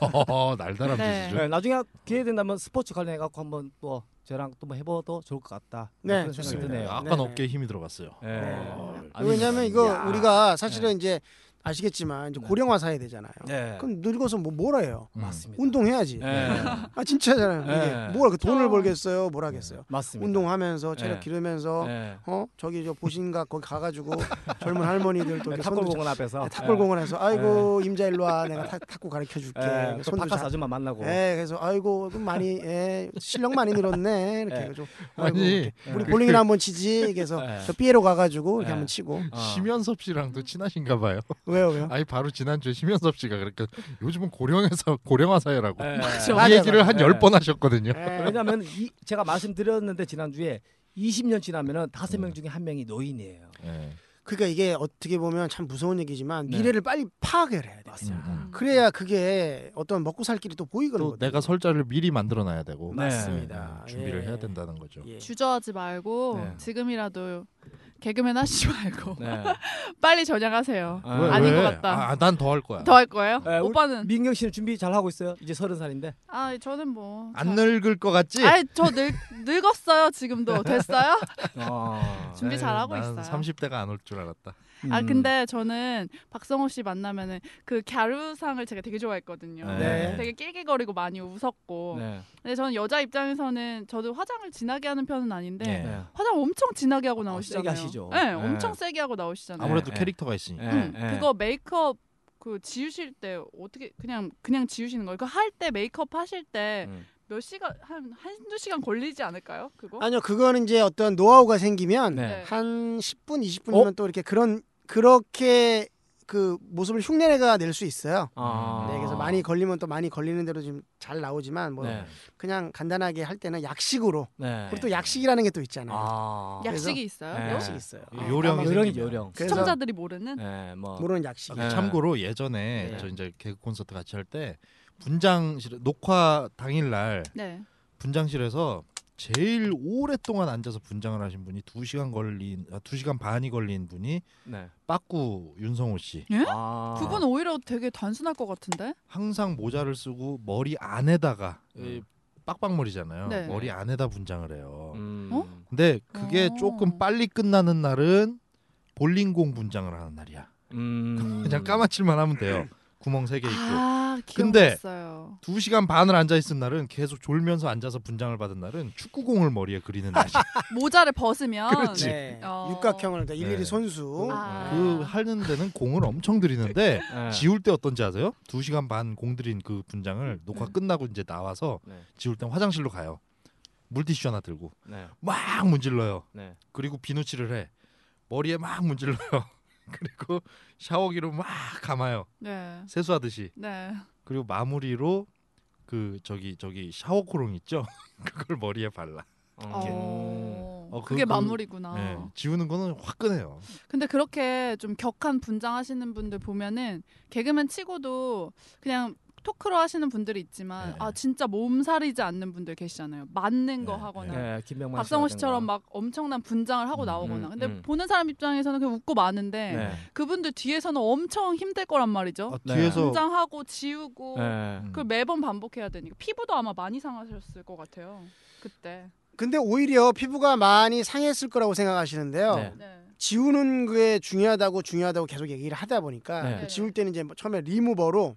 S6: 어, 날다람쥐죠.
S3: 네, 나중에 기회 된다면 스포츠 관련해 갖고 한번 또 저랑 또 뭐 해봐도 좋을 것 같다. 뭐
S5: 네,
S3: 그런 생각이
S5: 좋습니다.
S3: 드네요.
S6: 약간
S5: 네네.
S6: 어깨에 힘이 들어갔어요.
S3: 예.
S5: 네.
S3: 아니,
S5: 왜냐면 이거
S3: 야.
S5: 우리가 사실은 이제 아시겠지만 이제
S3: 네.
S5: 고령화 사회 되잖아요.
S3: 네.
S5: 그럼 늙어서 뭐 뭐래요?
S6: 음.
S3: 맞습니다.
S5: 운동해야지.
S3: 예.
S5: 아 진짜잖아요.
S3: 네.
S5: 이게 뭐라 그 돈을
S4: 그렇죠.
S5: 벌겠어요, 뭘 하겠어요.
S3: 맞습니다.
S5: 운동하면서 체력
S3: 네.
S5: 기르면서
S3: 예.
S5: 어 저기 저 보신가 거기 가가지고 젊은 할머니들 또
S3: 네,
S5: 이렇게 손도
S3: 탁골공원 앞에서
S5: 네, 탁골공원에서 아이고 임자 일로 와 내가 탁, 탁구 가르쳐 줄게
S3: 예. 네. 그 바깥
S5: 예
S3: 아줌마 만나고
S5: 그래서 아이고 좀 많이 예 실력 많이 늘었네 이렇게
S3: 예.
S5: 해가지고 아이고,
S6: 아니
S3: 네.
S5: 이렇게 우리 볼링이나 한번 치지 그래서
S3: 예.
S5: 저 피에로 가가지고 이렇게
S3: 예.
S5: 한번 치고
S3: 어.
S6: 심연섭 씨랑도 친하신가 봐요.
S5: 왜요 왜요
S6: 아니 바로 지난주에 심연섭 씨가 그러니까 요즘은 고령에서 고령화 사회라고
S3: 예.
S6: 이
S5: 맞아요,
S6: 얘기를 한
S3: 맞아요. 네.
S6: 열 번 하셨거든요.
S5: 예.
S3: 왜냐면 이, 제가 말씀드렸는데 지난주에 20년 지나면은 다섯 명 중에 한 명이 노인이에요.
S6: 예.
S5: 그러니까 이게 어떻게 보면 참 무서운 얘기지만
S3: 네.
S5: 미래를 빨리 파악을 해야 돼
S3: 맞습니다.
S6: 음.
S5: 그래야 그게 어떤 먹고 살 길이 또 보이거든요
S6: 또 내가 설자를 미리 만들어 놔야 되고
S3: 네.
S5: 맞습니다.
S6: 예, 준비를
S5: 예.
S6: 해야 된다는 거죠.
S5: 예.
S4: 주저하지 말고
S3: 네.
S4: 지금이라도 개그맨 하시지 말고
S3: 네.
S4: 빨리 전향하세요.
S3: 아,
S6: 왜,
S4: 아닌
S6: 왜?
S4: 것 같다.
S6: 아, 난 더 할 거야.
S4: 더 할 거예요?
S3: 네, 우리-
S4: 오빠는?
S3: 민경 씨는 준비 잘 하고 있어요. 이제 서른 살인데.
S4: 아 저는 뭐.
S6: 안 늙을 것 같지?
S4: 아니 저늙 늙었어요 지금도 됐어요?
S3: 어.
S4: 준비 잘하고
S6: 난
S4: 있어요.
S6: 30대가 안 올 줄 알았다.
S4: 아
S3: 음.
S4: 근데 저는 박성호 씨 만나면은 그 갸루상을 제가 되게 좋아했거든요.
S3: 네.
S4: 되게 낄낄거리고 많이 웃었고.
S3: 네.
S4: 근데 저는 여자 입장에서는 저도 화장을 진하게 하는 편은 아닌데
S5: 예.
S6: 네.
S3: 네.
S4: 화장 엄청 진하게 하고
S3: 세게
S4: 나오시잖아요.
S3: 하시죠.
S4: 네,
S3: 네.
S4: 엄청 세게 하고 나오시잖아요.
S6: 아무래도
S3: 네.
S6: 캐릭터가 있으니까.
S4: 음,
S3: 네.
S4: 그거 메이크업 그 지우실 때 어떻게 그냥 그냥 지우시는 거예요? 그 할 때 메이크업 하실 때 몇
S3: 음.
S4: 시간 한 한두 시간 걸리지 않을까요? 그거?
S5: 아니요, 그거는 이제 어떤 노하우가 생기면
S3: 네.
S5: 한 10분, 20분이면 또 이렇게 그런 그렇게 그 모습을 흉내내가 낼 수 있어요.
S3: 아.
S5: 네, 그래서 많이 걸리면 또 많이 걸리는 대로 지금 잘 나오지만 뭐
S3: 네.
S5: 그냥 간단하게 할 때는 약식으로
S3: 네.
S5: 그리고 또 약식이라는 게 또 있잖아요.
S3: 아.
S4: 약식이 있어요?
S3: 네.
S4: 요
S5: 약식 있어요.
S6: 요- 요령이
S3: 요령이
S6: 생기면.
S3: 요령.
S5: 그래서-
S4: 아, 시청자들이 모르는
S3: 네, 뭐.
S5: 모르는 약식.
S3: 네.
S6: 참고로 예전에
S5: 네.
S6: 저 이제 개그 콘서트 같이 할 때 분장실 녹화 당일 날
S4: 네.
S6: 분장실에서 제일 오랫동안 앉아서 분장을 하신 분이 2시간 걸린 아, 2시간 반이 걸린 분이
S3: 네.
S6: 빠꾸 윤성호 씨.
S3: 아.
S4: 그분 오히려 되게 단순할 것 같은데.
S6: 항상 모자를 쓰고 머리 안에다가 이
S3: 음.
S6: 빡빡머리잖아요.
S4: 네.
S6: 머리 안에다 분장을 해요.
S3: 음.
S4: 어?
S6: 근데 그게
S4: 어.
S6: 조금 빨리 끝나는 날은 볼링공 분장을 하는 날이야.
S3: 음.
S6: 그냥 까마칠만 하면 돼요. 구멍 세 개 있고
S4: 아,
S6: 근데-
S4: 기억났어요.
S6: 두 시간 반을 앉아 있은 날은 계속 졸면서 앉아서 분장을 받은 날은 축구공을 머리에 그리는 날이
S4: 모자를 벗으면
S6: 그렇지.
S5: 네.
S4: 어.
S5: 육각형을 그러니까 일일이
S6: 네.
S5: 손수.
S4: 아.
S6: 그 하는 데는 공을 엄청 들이는데
S4: 네.
S3: 예.
S6: 지울 때 어떤지 아세요? 두 시간 반 공들인 그
S4: 음.
S6: 분장을 녹화 끝나고 이제 나와서
S3: 네.
S6: 지울 땐 화장실로 가요. 물티슈 하나 들고
S3: 네.
S6: 막 문질러요.
S3: 네.
S6: 그리고 비누칠을 해. 머리에 막 문질러요. 그리고 샤워기로 막 감아요.
S4: 네.
S6: 세수하듯이.
S4: 네.
S6: 그리고 마무리로 그 저기 저기 샤워 코롱 있죠? 그걸 머리에 발라.
S3: 음.
S4: 어.
S6: 어, 그-
S4: 그게
S6: 그-
S4: 마무리구나.
S6: 네, 지우는 거는 화끈해요.
S4: 근데 그렇게 좀 격한 분장하시는 분들 보면은 개그맨 치고도 그냥 토크로 하시는 분들이 있지만
S6: 네.
S4: 아 진짜 몸살이지 않는 분들 계시잖아요. 맞는 거
S6: 네,
S4: 하거나
S3: 예, 김명만
S4: 박성호
S3: 씨라든가.
S4: 씨처럼 막 엄청난 분장을 하고
S6: 음,
S4: 나오거나
S3: 음,
S4: 근데
S3: 음.
S4: 보는 사람 입장에서는 그냥 웃고 마는데
S3: 네.
S4: 그분들 뒤에서는 엄청 힘들 거란 말이죠.
S6: 아,
S3: 네.
S6: 뒤에서
S4: 분장하고 지우고
S3: 예.
S6: 음.
S4: 그걸 매번 반복해야 되니까 피부도 아마 많이 상하셨을 것 같아요. 그때.
S5: 근데 오히려 피부가 많이 상했을 거라고 생각하시는데요.
S3: 네.
S4: 네.
S5: 지우는 게 중요하다고 중요하다고 계속 얘기를 하다 보니까
S3: 네.
S5: 그 지울 때는 이제 뭐 처음에 리무버로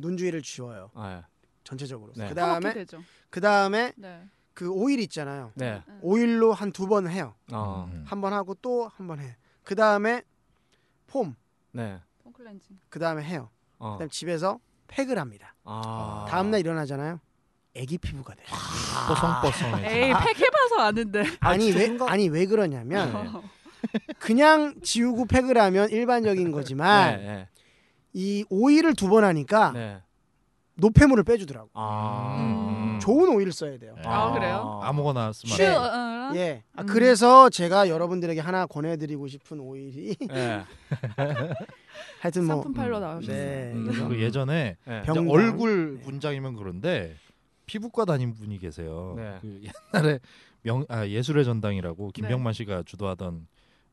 S5: 눈 주위를 지워요.
S6: 예.
S3: 아,
S5: 전체적으로.
S3: 네.
S4: 어, 그다음에
S5: 그다음에
S4: 되죠.
S5: 그다음에
S4: 네.
S5: 그 오일 있잖아요.
S3: 예. 네.
S4: 네.
S5: 오일로 한 두 번 해요.
S3: 어.
S4: 아.
S6: 음.
S5: 한 번 하고 또 한 번 해. 그다음에 폼.
S3: 네.
S4: 폼클렌징.
S5: 그다음에 해요.
S3: 어.
S5: 그다음 집에서 팩을 합니다.
S3: 아.
S5: 다음 날 일어나잖아요. 애기 피부가 돼.
S6: 뽀송뽀송해.
S4: 에이 팩 해봐서 아는데.
S5: 아니 왜 아니 왜
S3: 어.
S5: 그러냐면
S6: 네.
S5: 그냥 지우고 팩을 하면 일반적인
S3: 네.
S5: 거지만
S3: 네.
S5: 이 오일을 두 번 하니까
S3: 네.
S5: 노폐물을 빼주더라고.
S3: 아.
S4: 음.
S5: 좋은 오일 써야 돼요.
S4: 아, 그래요?
S6: 아무거나 쓰면
S4: 슈.
S5: 네.
S6: 안 돼.
S4: 어, 어.
S5: 예. 아,
S4: 음.
S5: 그래서 제가 여러분들에게 하나 권해드리고 싶은 오일이
S3: 예.
S5: 하여튼 뭐
S4: 상품 팔러
S6: 음.
S4: 나오셨어요.
S5: 네.
S3: 음.
S5: 그래서
S6: 그 예전에
S3: 예.
S6: 진짜
S5: 병- 정당.
S6: 얼굴
S5: 네.
S6: 분장이면 그런데 피부과 다닌 분이 계세요.
S3: 네.
S6: 그 옛날에 명 아, 예술의 전당이라고 김병만 씨가 주도하던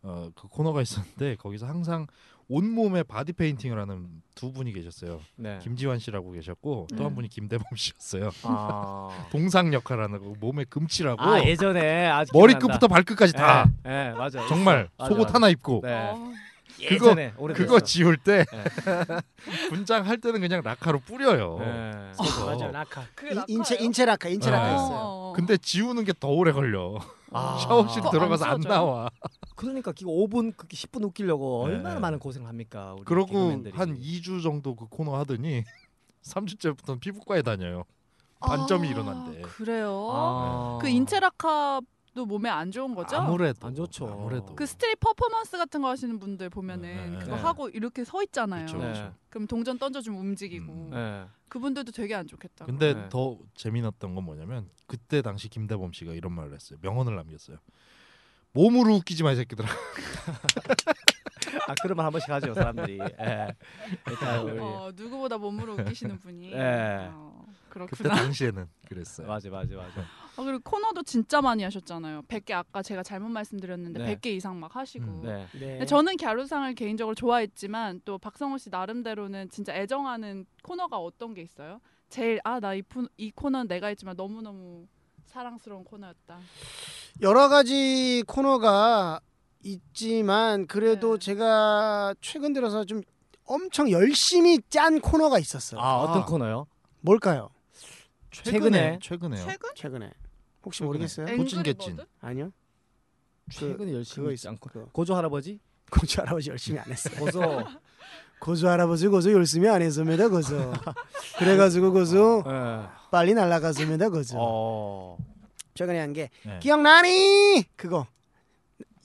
S6: 어, 그 코너가 있었는데 거기서 항상 온 몸에 바디 페인팅을 하는 두 분이 계셨어요.
S3: 네.
S6: 김지환 씨라고 계셨고 또 한
S4: 음.
S6: 분이 김대범 씨였어요.
S3: 아.
S6: 동상 역할하는 거 몸에 금칠하고
S3: 아 예전에 아직
S6: 머리끝부터 발끝까지 다
S3: 예, 예, 맞아.
S6: 정말
S3: 있어. 맞아,
S6: 속옷
S3: 맞아.
S6: 하나 입고
S3: 네.
S4: 어,
S3: 예전에 네. 오래
S6: 그거 지울 때 분장할 때는 그냥 라카로 뿌려요.
S3: 예.
S6: 그거.
S5: 맞아 라카.
S4: 그게
S5: 인-
S4: 낙하예요?
S5: 인체 인체 라카 인체
S6: 네.
S5: 라카
S4: 어,
S5: 있어요.
S4: 어, 어.
S6: 근데 지우는 게 더 오래 걸려.
S4: 음.
S3: 아.
S6: 샤워실
S4: 그거 안
S6: 들어가서 안
S4: 써져요? 아,
S6: 나와.
S3: 그러니까 그 5분 그 10분 웃기려고
S6: 네.
S3: 얼마나 많은 고생을 합니까 우리
S6: 그러고
S3: 개그맨들이.
S6: 한 2주 정도 그 코너 하더니 3주째부터는 피부과에 다녀요. 반점이
S4: 아,
S6: 일어난대.
S4: 그래요?
S3: 아.
S4: 그 인체 라카도 몸에 안 좋은 거죠?
S6: 아무래도
S3: 안 좋죠.
S6: 아무래도
S4: 그 스트릿 퍼포먼스 같은 거 하시는 분들 보면은
S6: 네.
S4: 그거
S3: 네.
S4: 하고 이렇게 서 있잖아요.
S6: 그쵸,
S3: 네.
S6: 그쵸.
S4: 그럼 동전 던져주면 움직이고
S6: 음.
S3: 예.
S4: 그분들도 되게 안 좋겠다.
S6: 근데
S3: 네.
S6: 더 재미났던 건 뭐냐면 그때 당시 김대범 씨가 이런 말을 했어요. 명언을 남겼어요. 몸으로 웃기지 마 이 새끼들아.
S3: 아 그런 말 한 번씩 하죠 사람들이. 예. 일단 우리
S4: 어,
S6: 네.
S4: 누구보다 몸으로 웃기시는 분이.
S3: 네.
S4: 어,
S6: 그때
S4: 그렇구나.
S6: 당시에는 그랬어요.
S3: 맞아 맞아 맞아.
S4: 아, 그리고 코너도 진짜 많이 하셨잖아요. 100개 아까 제가 잘못 말씀드렸는데
S3: 네.
S4: 100개 이상 막 하시고.
S6: 음.
S3: 네.
S5: 네.
S4: 근데 저는 갸루상을 개인적으로 좋아했지만 또 박성호 씨 나름대로는 진짜 애정하는 코너가 어떤 게 있어요? 제일 아 나 이 코너는 내가 했지만 너무너무 사랑스러운 코너였다.
S5: 여러 가지 코너가 있지만 그래도
S4: 네.
S5: 제가 최근 들어서 좀 엄청 열심히 짠 코너가 있었어요.
S3: 아 어떤
S6: 아.
S3: 코너요?
S5: 뭘까요?
S3: 최근에
S6: 최근에요.
S4: 최근?
S5: 최근에 혹시
S6: 최근에.
S5: 모르겠어요?
S6: 에? 호칭 개친.
S4: 앵그리버드?
S5: 아니요.
S3: 최근에 열심히
S5: 그거
S3: 있지
S5: 있어.
S3: 않고
S5: 그거.
S3: 고조 할아버지
S5: 고조 할아버지 열심히 안 했어요.
S3: 고조
S5: 고조 할아버지 고조 열심히 안 했습니다. 고조. 그래가지고 고조
S3: 예.
S5: 빨리 날아갔습니다. 고조.
S3: 어.
S5: 최근에 한 게
S6: 네.
S5: 기억나니 그거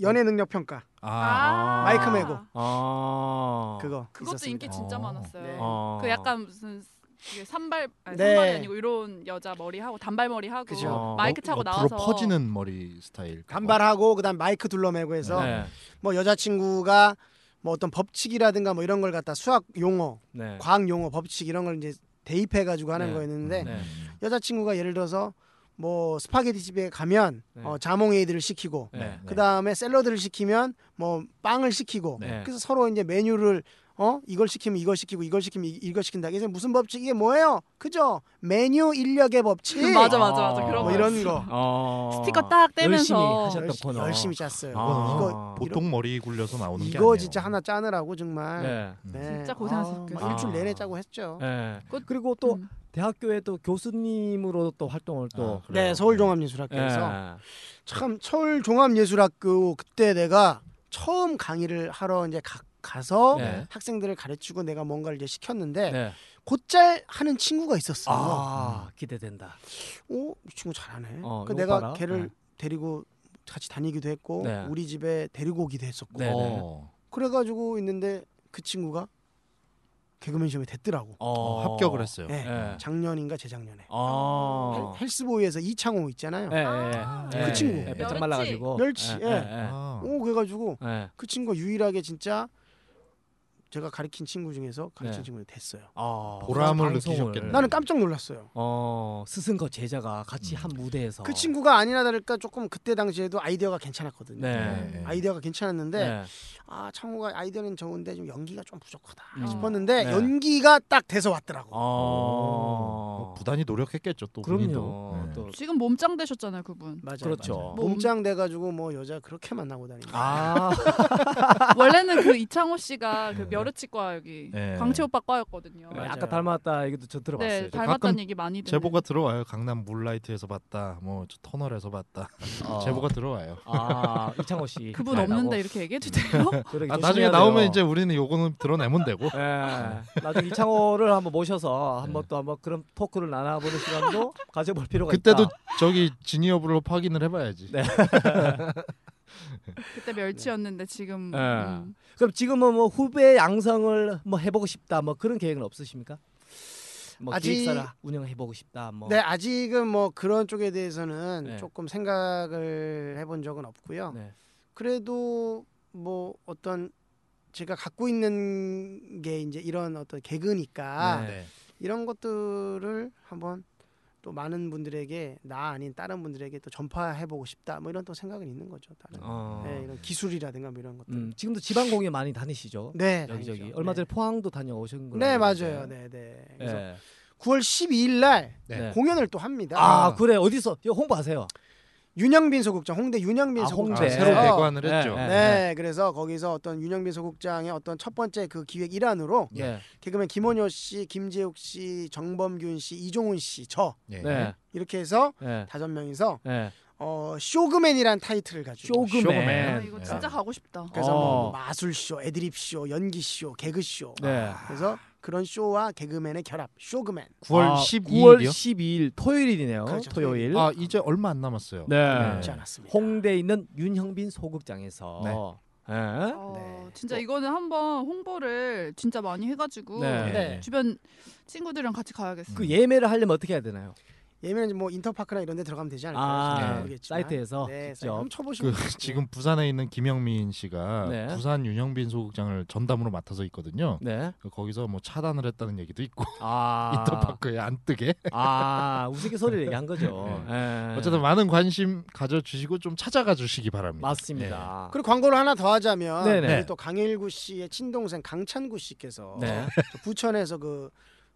S5: 연애 능력 평가
S6: 아,
S5: 마이크 메고.
S3: 아.
S5: 그거
S4: 그것도
S5: 있었습니다.
S4: 인기 진짜
S6: 어.
S4: 많았어요.
S5: 네.
S3: 어.
S4: 그 약간 무슨 그게 산발 아니
S5: 네.
S4: 산발이 아니고 이런 여자 머리 하고 단발머리 하고
S6: 어.
S5: 그죠.
S4: 마이크 차고
S6: 옆으로
S4: 나와서
S6: 퍼지는 머리 스타일.
S5: 간발하고 그다음 마이크 둘러매고 해서
S3: 네.
S5: 뭐 여자친구가 뭐 어떤 법칙이라든가 뭐 이런 걸 갖다 수학 용어
S3: 네.
S5: 과학 용어 법칙 이런 걸 이제 대입해 가지고 하는
S3: 네.
S5: 거였는데
S3: 네.
S5: 여자친구가 예를 들어서 뭐 스파게티 집에 가면
S3: 네.
S5: 어, 자몽에이드를 시키고
S3: 네.
S5: 그 다음에 샐러드를 시키면 뭐 빵을 시키고
S3: 네.
S5: 그래서 서로 이제 메뉴를 어 이걸 시키면 이걸 시키고 이걸 시키면 이- 이걸 시킨다. 이게 무슨 법칙? 이게 뭐예요? 그죠? 메뉴 인력의 법칙.
S4: 맞아 맞아 맞아
S3: 아,
S4: 그런
S5: 뭐
S4: 거
S5: 이런 거.
S3: 어.
S4: 스티커 딱 떼면서
S3: 열심히 하셨던
S5: 열심히-
S3: 코너.
S5: 열심히 짰어요.
S6: 아.
S5: 이거
S6: 보통 머리 굴려서 나오는 게
S5: 이거
S6: 아니에요.
S5: 진짜 하나 짜느라고 정말.
S3: 네.
S5: 네.
S4: 진짜 고생하셨겠어요.
S5: 아, 막 일주일
S3: 아.
S5: 내내 짜고 했죠.
S6: 네.
S5: 네,
S3: 예.
S4: 그-
S3: 그리고 또
S4: 음.
S3: 대학교에 또 교수님으로 또 활동을 또.
S6: 아, 그래요?
S5: 네, 서울 종합예술학교에서
S3: 예.
S5: 참 서울 종합예술학교 그때 내가 처음 강의를 하러 이제 가, 가서
S3: 네.
S5: 학생들을 가르치고 내가 뭔가를 이제 시켰는데
S3: 네.
S5: 곧잘 하는 친구가 있었어. 요
S3: 아 기대된다.
S5: 오, 이 친구 잘하네.
S3: 어,
S5: 그
S3: 이거
S5: 내가
S3: 봐라.
S5: 걔를
S3: 네.
S5: 데리고 같이 다니기도 했고
S3: 네.
S5: 우리 집에 데리고 오기도 했었고
S3: 네, 네.
S6: 어,
S5: 그래가지고 있는데 그 친구가 개그맨 시험에 됐더라고.
S6: 어, 합격을 했어요.
S5: 네.
S3: 예.
S5: 작년인가 재작년에
S3: 어.
S5: 헬- 헬스보이에서 이창호 있잖아요.
S3: 예, 예,
S4: 아,
S3: 예.
S5: 그 친구.
S3: 예,
S4: 멸치.
S3: 배짱 말라가지고.
S5: 멸치, 예.
S6: 아,
S5: 오 그래가지고
S3: 예.
S5: 그 친구가 유일하게 진짜 제가 가르친 친구 중에서 가르친
S3: 네.
S5: 친구가 됐어요.
S3: 아,
S6: 보람을
S3: 방송을.
S6: 느끼셨겠네.
S5: 나는 깜짝 놀랐어요.
S3: 어 스승과 제자가
S6: 음.
S3: 같이 한 무대에서.
S5: 그 친구가 아니나 다를까 조금 그때 당시에도 아이디어가 괜찮았거든요.
S3: 네.
S6: 네.
S5: 아이디어가 괜찮았는데
S3: 네.
S5: 아 창호가 아이디어는 좋은데 좀 연기가 좀 부족하다
S3: 음.
S5: 싶었는데
S3: 네.
S5: 연기가 딱 돼서 왔더라고.
S3: 어.
S6: 부단히 노력했겠죠 또 본인도.
S3: 아. 그럼요. 어,
S6: 네.
S3: 또
S4: 지금 몸짱 되셨잖아요 그분.
S5: 맞아요.
S3: 그렇죠.
S4: 몸-
S5: 몸짱 돼가지고 뭐 여자 그렇게 만나고 다니는.
S3: 아.
S4: 원래는 그 이창호 씨가 그
S6: 네.
S4: 멸치과 여기
S6: 네.
S4: 광채 오빠 과였거든요.
S5: 맞아요.
S3: 아까 닮았다 얘기도 저 들어봤어요.
S4: 네
S6: 가끔
S4: 닮았다는 얘기 많이 듣는.
S6: 제보가 들어와요. 강남 물라이트에서 봤다. 뭐저 터널에서 봤다.
S3: 어.
S6: 제보가 들어와요.
S3: 아 이창호 씨
S4: 그분 없는데 이렇게 얘기해도 돼요?
S3: 그러게
S6: 아,
S3: 조심해야
S6: 나중에
S3: 돼요.
S6: 나오면 이제 우리는 요거는 드러내면 되고.
S3: 예, 나중에 이창호를 한번 모셔서 한번 또 한번 그런 토크를 나눠보는 시간도 가져볼 필요가
S6: 그때도
S3: 있다.
S6: 저기 진위 여부를 확인을 해봐야지. 아,
S3: 네.
S4: 그때 멸치였는데 지금
S3: 네.
S4: 음,
S3: 그럼 지금은 뭐 후배 양성을 뭐 해보고 싶다 뭐 그런 계획은 없으십니까? 뭐
S5: 아직-
S3: 기획사를 운영해보고 싶다 뭐.
S5: 네 아직은 뭐 그런 쪽에 대해서는
S3: 네.
S5: 조금 생각을 해본 적은 없고요.
S3: 네.
S5: 그래도 뭐 어떤 제가 갖고 있는 게 이제 이런 어떤 개그니까
S3: 네.
S6: 네.
S5: 이런 것들을 한번 또 많은 분들에게 나 아닌 다른 분들에게 또 전파해보고 싶다 뭐 이런 또 생각은 있는 거죠. 다른
S3: 어.
S5: 네, 이런 기술이라든가 뭐 이런 것들.
S3: 음, 지금도 지방 공연 많이 다니시죠?
S5: 네
S3: 여기저기.
S5: 다행이죠.
S3: 얼마
S5: 네.
S3: 전에 포항도 다녀오신 거로
S5: 네
S3: 알고
S5: 맞아요.
S3: 있는데.
S5: 네 네.
S3: 예.
S5: 그래서 9월 12일 날
S6: 네.
S3: 네.
S5: 공연을 또 합니다.
S3: 아 그래 어디서 이거 홍보하세요?
S5: 윤영빈 소극장 홍대 윤영빈
S3: 아,
S6: 아,
S5: 소극장
S3: 홍대.
S6: 새로
S3: 어.
S6: 개관을
S3: 네,
S6: 했죠.
S3: 네.
S5: 네, 그래서 거기서 어떤 윤영빈 소극장의 어떤 첫 번째 그 기획 일환으로
S3: 예.
S5: 개그맨 김원효 씨, 김재욱 씨, 정범균 씨, 이종훈 씨, 저
S6: 예.
S3: 네.
S5: 이렇게 해서
S3: 예.
S5: 다섯 명이서
S3: 예.
S5: 어, 쇼그맨이란 타이틀을 가지고
S3: 쇼그맨.
S6: 쇼그맨.
S4: 아,
S6: 네.
S4: 이거
S6: 네.
S4: 진짜 가고 싶다.
S5: 그래서 뭐
S3: 어.
S5: 마술쇼, 애드립쇼, 연기쇼, 개그쇼
S3: 네.
S5: 그래서 그런 쇼와 개그맨의 결합 쇼그맨
S6: 9월
S3: 아, 9월
S6: 12일이요.
S3: 12일 토요일이네요.
S5: 그렇죠,
S3: 토요일.
S6: 아 이제 얼마 안 남았어요.
S3: 네.
S5: 그렇지 않았습니다.
S3: 홍대에 있는 윤형빈 소극장에서.
S6: 네.
S3: 예.
S4: 어,
S5: 네.
S4: 진짜
S5: 또-
S4: 이거는 한번 홍보를 진짜 많이 해가지고
S3: 네.
S5: 네.
S4: 주변 친구들이랑 같이 가야겠어요.
S3: 그 예매를 하려면 어떻게 해야 되나요?
S5: 예매는 뭐 인터파크나 이런 데 들어가면 되지 않을까
S3: 아,
S5: 잘
S6: 네.
S5: 모르겠지만
S3: 사이트에서
S5: 네, 사이트
S3: 직접.
S5: 한번 쳐보시면
S6: 그 지금 부산에 있는 김영민 씨가
S3: 네.
S6: 부산 윤영빈 소극장을 전담으로 맡아서 있거든요.
S3: 네.
S6: 그 거기서 뭐 차단을 했다는 얘기도 있고
S3: 아.
S6: 인터파크에 안 뜨게
S3: 아, 우스갯소리를 얘기한 거죠. 예.
S6: 네. 어쨌든 많은 관심 가져주시고 좀 찾아가 주시기 바랍니다.
S3: 맞습니다.
S5: 그리고 광고를 하나 더 하자면
S3: 네네.
S5: 우리 또 강일구 씨의 친동생 강찬구 씨께서
S3: 네.
S5: 저 부천에서 그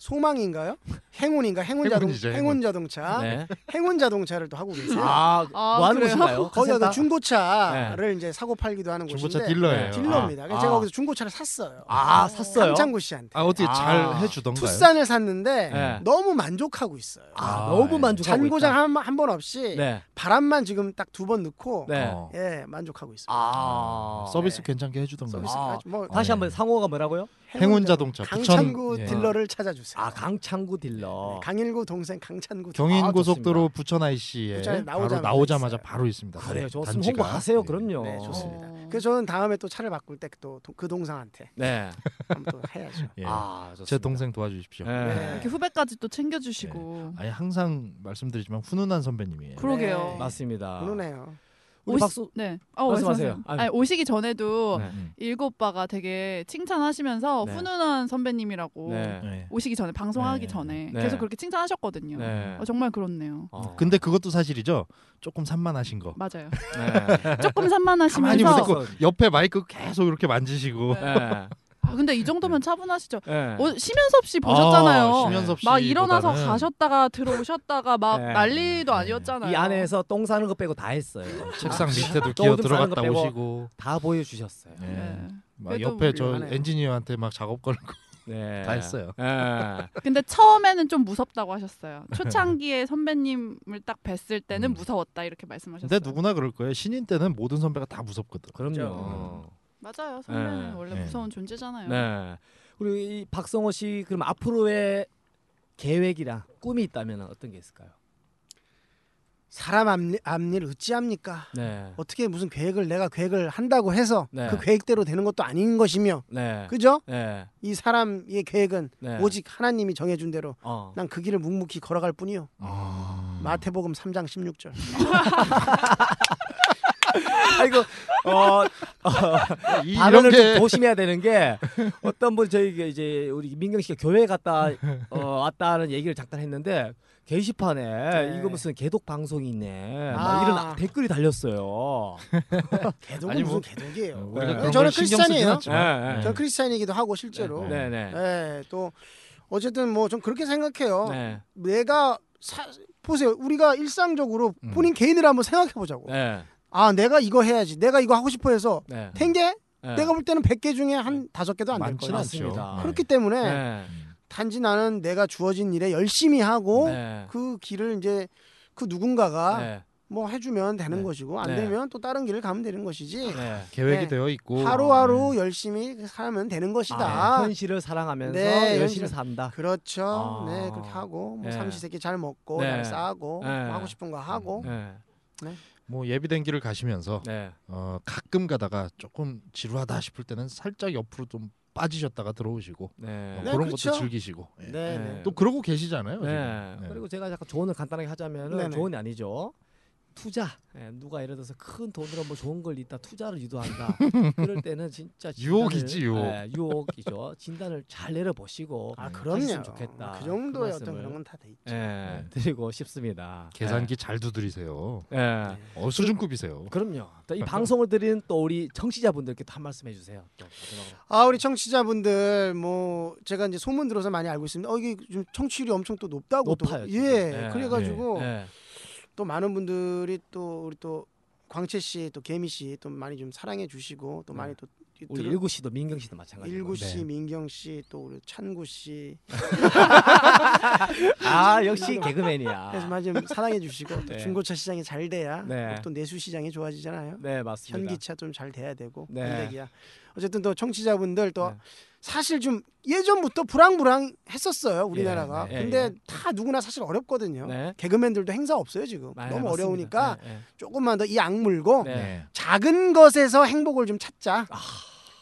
S5: 소망인가요? 행운인가? 행운 자동
S6: 행운이죠, 행운.
S5: 행운 자동차
S3: 네.
S5: 행운 자동차를 또 하고 계세요.
S3: 아,
S4: 아,
S3: 뭐 하는
S4: 그래요?
S3: 곳인가요?
S5: 거기가 그
S3: 카센터?
S5: 중고차를 이제 사고 팔기도 하는
S6: 네. 중고차
S5: 곳인데
S6: 딜러예요.
S5: 딜러입니다. 그래서
S3: 아.
S5: 제가 거기서 중고차를 샀어요.
S3: 아, 샀어요.
S5: 강찬구 씨한테
S6: 아, 아 어떻게
S3: 아,
S6: 잘 해주던가요?
S5: 투싼을 샀는데
S3: 네.
S5: 너무 만족하고 있어요.
S3: 아,
S6: 아,
S3: 너무
S6: 예.
S3: 만족하고
S5: 잔고장
S3: 있다.
S5: 한 번 없이
S3: 네.
S5: 바람만 지금 딱 두 번 넣고
S3: 네.
S6: 어.
S5: 예 만족하고 있습니다.
S3: 아.
S6: 서비스 네.
S5: 네.
S6: 괜찮게 해주던가요?
S5: 서비스
S3: 아.
S5: 아주 뭐
S3: 다시 한번 상호가 뭐라고요?
S6: 행운 자동차
S5: 강찬구
S6: 부천 예. 어.
S5: 딜러를 찾아주세요.
S3: 아, 강창구 딜러.
S5: 네, 강일구 동생 강찬구
S3: 아,
S5: 딜러.
S6: 경인고속도로 부천 IC에
S5: 부천에
S6: 바로
S5: 나오자마자
S6: 나오자마자
S5: 있어요.
S6: 바로 있습니다. 네,
S3: 그래요. 아, 네, 좋으면
S6: 단지가.
S3: 홍보하세요.
S6: 예.
S3: 그럼요.
S5: 네 좋습니다.
S4: 어.
S5: 그래서 저는 다음에 또 차를 바꿀 때 또 그 동상한테
S3: 네.
S5: 한번 또 해야죠.
S6: 예.
S3: 아, 좋습니다.
S6: 제 동생 도와주십시오. 예.
S3: 네.
S4: 이렇게 후배까지 또 챙겨주시고
S6: 아니 항상 말씀드리지만 훈훈한 선배님이에요.
S4: 그러게요.
S3: 네. 맞습니다.
S5: 그러네요.
S3: 우리
S4: 오시-
S3: 박수
S4: 네. 어,
S3: 말씀하세요.
S4: 말씀하세요.
S3: 아유.
S4: 아니, 오시기 전에도
S3: 네.
S6: 음.
S4: 일곱 오빠가 되게 칭찬하시면서
S3: 네.
S4: 훈훈한 선배님이라고
S3: 네.
S6: 예.
S4: 오시기 전에
S6: 네.
S4: 방송하기 전에
S3: 네.
S4: 계속 그렇게 칭찬하셨거든요.
S3: 네.
S4: 어, 정말 그렇네요.
S3: 어.
S6: 근데 그것도 사실이죠. 조금 산만하신 거.
S4: 맞아요.
S3: 네.
S4: 조금
S6: 가만히 못
S4: 산만하시면서
S6: 듣고 옆에 마이크 계속 이렇게 만지시고
S4: 네.
S3: 네.
S4: 아, 근데 이 정도면 차분하시죠.
S3: 예.
S4: 어, 심연섭 씨 보셨잖아요.
S6: 아, 심연섭
S4: 막 일어나서
S6: 씨보다는
S4: 가셨다가 들어오셨다가 막
S3: 네.
S4: 난리도 아니었잖아요.
S3: 이 안에서 똥 싸는 거 빼고 다 했어요.
S6: 책상 밑에도
S3: 또
S6: 기어
S3: 오줌 싸는 거
S6: 들어갔다
S3: 빼고.
S6: 오시고
S3: 다 보여주셨어요.
S6: 예.
S4: 네.
S6: 막
S4: 그래도
S6: 옆에 저
S5: 훌륭하네요.
S6: 엔지니어한테 막 작업 걸고
S3: 네.
S6: 다 했어요.
S3: 예.
S4: 근데 처음에는 좀 무섭다고 하셨어요. 초창기에 선배님을 딱 뵀을 때는
S6: 음.
S4: 무서웠다 이렇게 말씀하셨어요.
S6: 근데 누구나 그럴 거예요. 신인 때는 모든 선배가 다 무섭거든.
S3: 그럼요.
S5: 그렇죠.
S4: 맞아요. 선배는
S3: 예.
S4: 원래
S6: 예.
S4: 무서운 존재잖아요.
S3: 네. 그리고 이 박성호 씨 그럼 앞으로의 계획이랑 꿈이 있다면 어떤 게 있을까요?
S5: 사람 앞일, 앞일 어찌합니까?
S3: 네.
S5: 어떻게 무슨 계획을 내가 계획을 한다고 해서
S3: 네.
S5: 그 계획대로 되는 것도 아닌 것이며
S3: 네.
S5: 그죠?
S3: 네.
S5: 이 사람의 계획은
S3: 네.
S5: 오직 하나님이 정해준 대로
S3: 어.
S5: 난 그 길을 묵묵히 걸어갈 뿐이요.
S6: 아.
S5: 마태복음 3장 16절.
S3: 아이고 어,
S6: 이- 이런
S3: 발언을
S6: 게
S3: 좀 조심해야 되는 게 어떤 분 저희 이제 우리 민경 씨가 교회 갔다 어, 왔다는 얘기를 잠깐 했는데 게시판에
S5: 네.
S3: 이거 무슨 개독 방송이네 막
S5: 아.
S3: 이런 댓글이 달렸어요.
S5: 개독은
S6: 아니, 뭐-
S5: 무슨 개독이에요.
S6: 우리가
S3: 네.
S6: 그런
S5: 저는
S6: 걸 신경 쓰진
S5: 크리스찬이에요.
S3: 네.
S6: 않지만
S5: 저는 크리스찬이기도 하고 실제로.
S6: 네.
S3: 네네. 네.
S5: 예, 또 어쨌든 뭐 좀 그렇게 생각해요.
S3: 네.
S5: 내가 사, 보세요. 우리가 일상적으로
S6: 음.
S5: 본인 개인을 한번 생각해 보자고.
S3: 네.
S5: 아, 내가 이거 해야지. 내가 이거 하고 싶어 해서
S3: 네.
S5: 탱개
S3: 네.
S5: 내가 볼 때는 100개 중에 한 다섯 개도 안 될
S6: 많지는
S5: 거예요.
S6: 않죠.
S3: 맞습니다.
S6: 네.
S5: 그렇기 때문에
S3: 네.
S5: 단지 나는 내가 주어진 일에 열심히 하고
S3: 네.
S5: 그 길을 이제 그 누군가가
S3: 네.
S5: 뭐 해주면 되는
S3: 네.
S5: 것이고 안
S3: 네.
S5: 되면 또 다른 길을 가면 되는 것이지
S3: 네.
S6: 계획이
S5: 네.
S6: 되어 있고
S5: 하루하루 열심히 살면 되는
S3: 아,
S5: 것이다.
S3: 현실을 사랑하면서
S5: 네,
S3: 열심히
S5: 현실.
S3: 산다.
S5: 그렇죠.
S3: 아.
S5: 네 그렇게 하고 뭐
S3: 네.
S5: 삼시세끼 잘 먹고
S3: 네.
S5: 잘 싸고
S3: 네.
S5: 뭐 하고 싶은 거 하고
S3: 네.
S6: 뭐 예비된 길을 가시면서
S3: 네.
S6: 어, 가끔 가다가 조금 지루하다 싶을 때는 살짝 옆으로 좀 빠지셨다가 들어오시고
S3: 네.
S6: 어,
S5: 네,
S6: 그런
S5: 그렇죠.
S6: 것도 즐기시고 예.
S5: 네. 네.
S3: 네.
S6: 또 그러고 계시잖아요.
S3: 네.
S6: 지금. 네.
S3: 그리고 제가 약간 조언을 간단하게 하자면
S5: 네네.
S3: 은 조언이 아니죠. 투자. 예, 누가 예를 들어서 큰 돈으로 뭐 좋은 걸 있다 투자를 유도한다. 그럴 때는 진짜 진단을-
S6: 유혹이지, 유혹.
S3: 예, 유혹이죠. 진단을 잘 내려보시고
S5: 아
S3: 했으면
S5: 그럼요.
S3: 좋겠다.
S5: 그 정도의
S3: 그
S5: 어떤
S3: 말씀을.
S5: 그런 건 다 돼 있죠.
S3: 예, 드리고 싶습니다.
S6: 네. 계산기 잘 두드리세요.
S3: 예. 예.
S6: 어, 수준급이세요.
S3: 그럼요. 또 이 방송을 드리는 또 우리 청취자분들께 도한 말씀 해주세요. 또 마지막으로.
S5: 아 우리 청취자분들 뭐 제가 이제 소문 들어서 많이 알고 있습니다. 어 이게 좀 청취율이 엄청 또 높다고
S3: 높아요,
S5: 또.
S3: 지금.
S5: 예.
S3: 네.
S5: 그래가지고
S3: 예.
S5: 또 많은 분들이 또 우리 또 광채 씨 또 개미 씨 또 많이 좀 사랑해 주시고 또
S3: 네.
S5: 많이 또
S3: 우리
S5: 들어-
S3: 일구 씨도 민경 씨도 마찬가지고.
S5: 일구 씨,
S6: 네.
S5: 민경 씨, 또 우리 찬구 씨,
S3: 아 역시
S5: 그래서
S3: 개그맨이야.
S5: 많이 좀 사랑해 주시고 또
S3: 네.
S5: 중고차 시장이 잘 돼야
S3: 네.
S5: 또 내수 시장이 좋아지잖아요.
S3: 네 맞습니다.
S5: 현기차 좀 잘 돼야 되고
S3: 네.
S5: 현대기야. 어쨌든 또 청취자분들 또
S3: 네.
S5: 사실 좀 예전부터 불황불황했었어요 우리나라가.
S3: 예, 예,
S5: 근데
S3: 예.
S5: 다 누구나 사실 어렵거든요.
S3: 네.
S5: 개그맨들도 행사 없어요 지금. 뭐
S3: 아,
S5: 너무
S3: 맞습니다.
S5: 어려우니까 어,
S3: 네, 네.
S5: 조금만 더 이 악물고
S3: 네. 아,
S5: 작은 것에서 행복을 좀 찾자.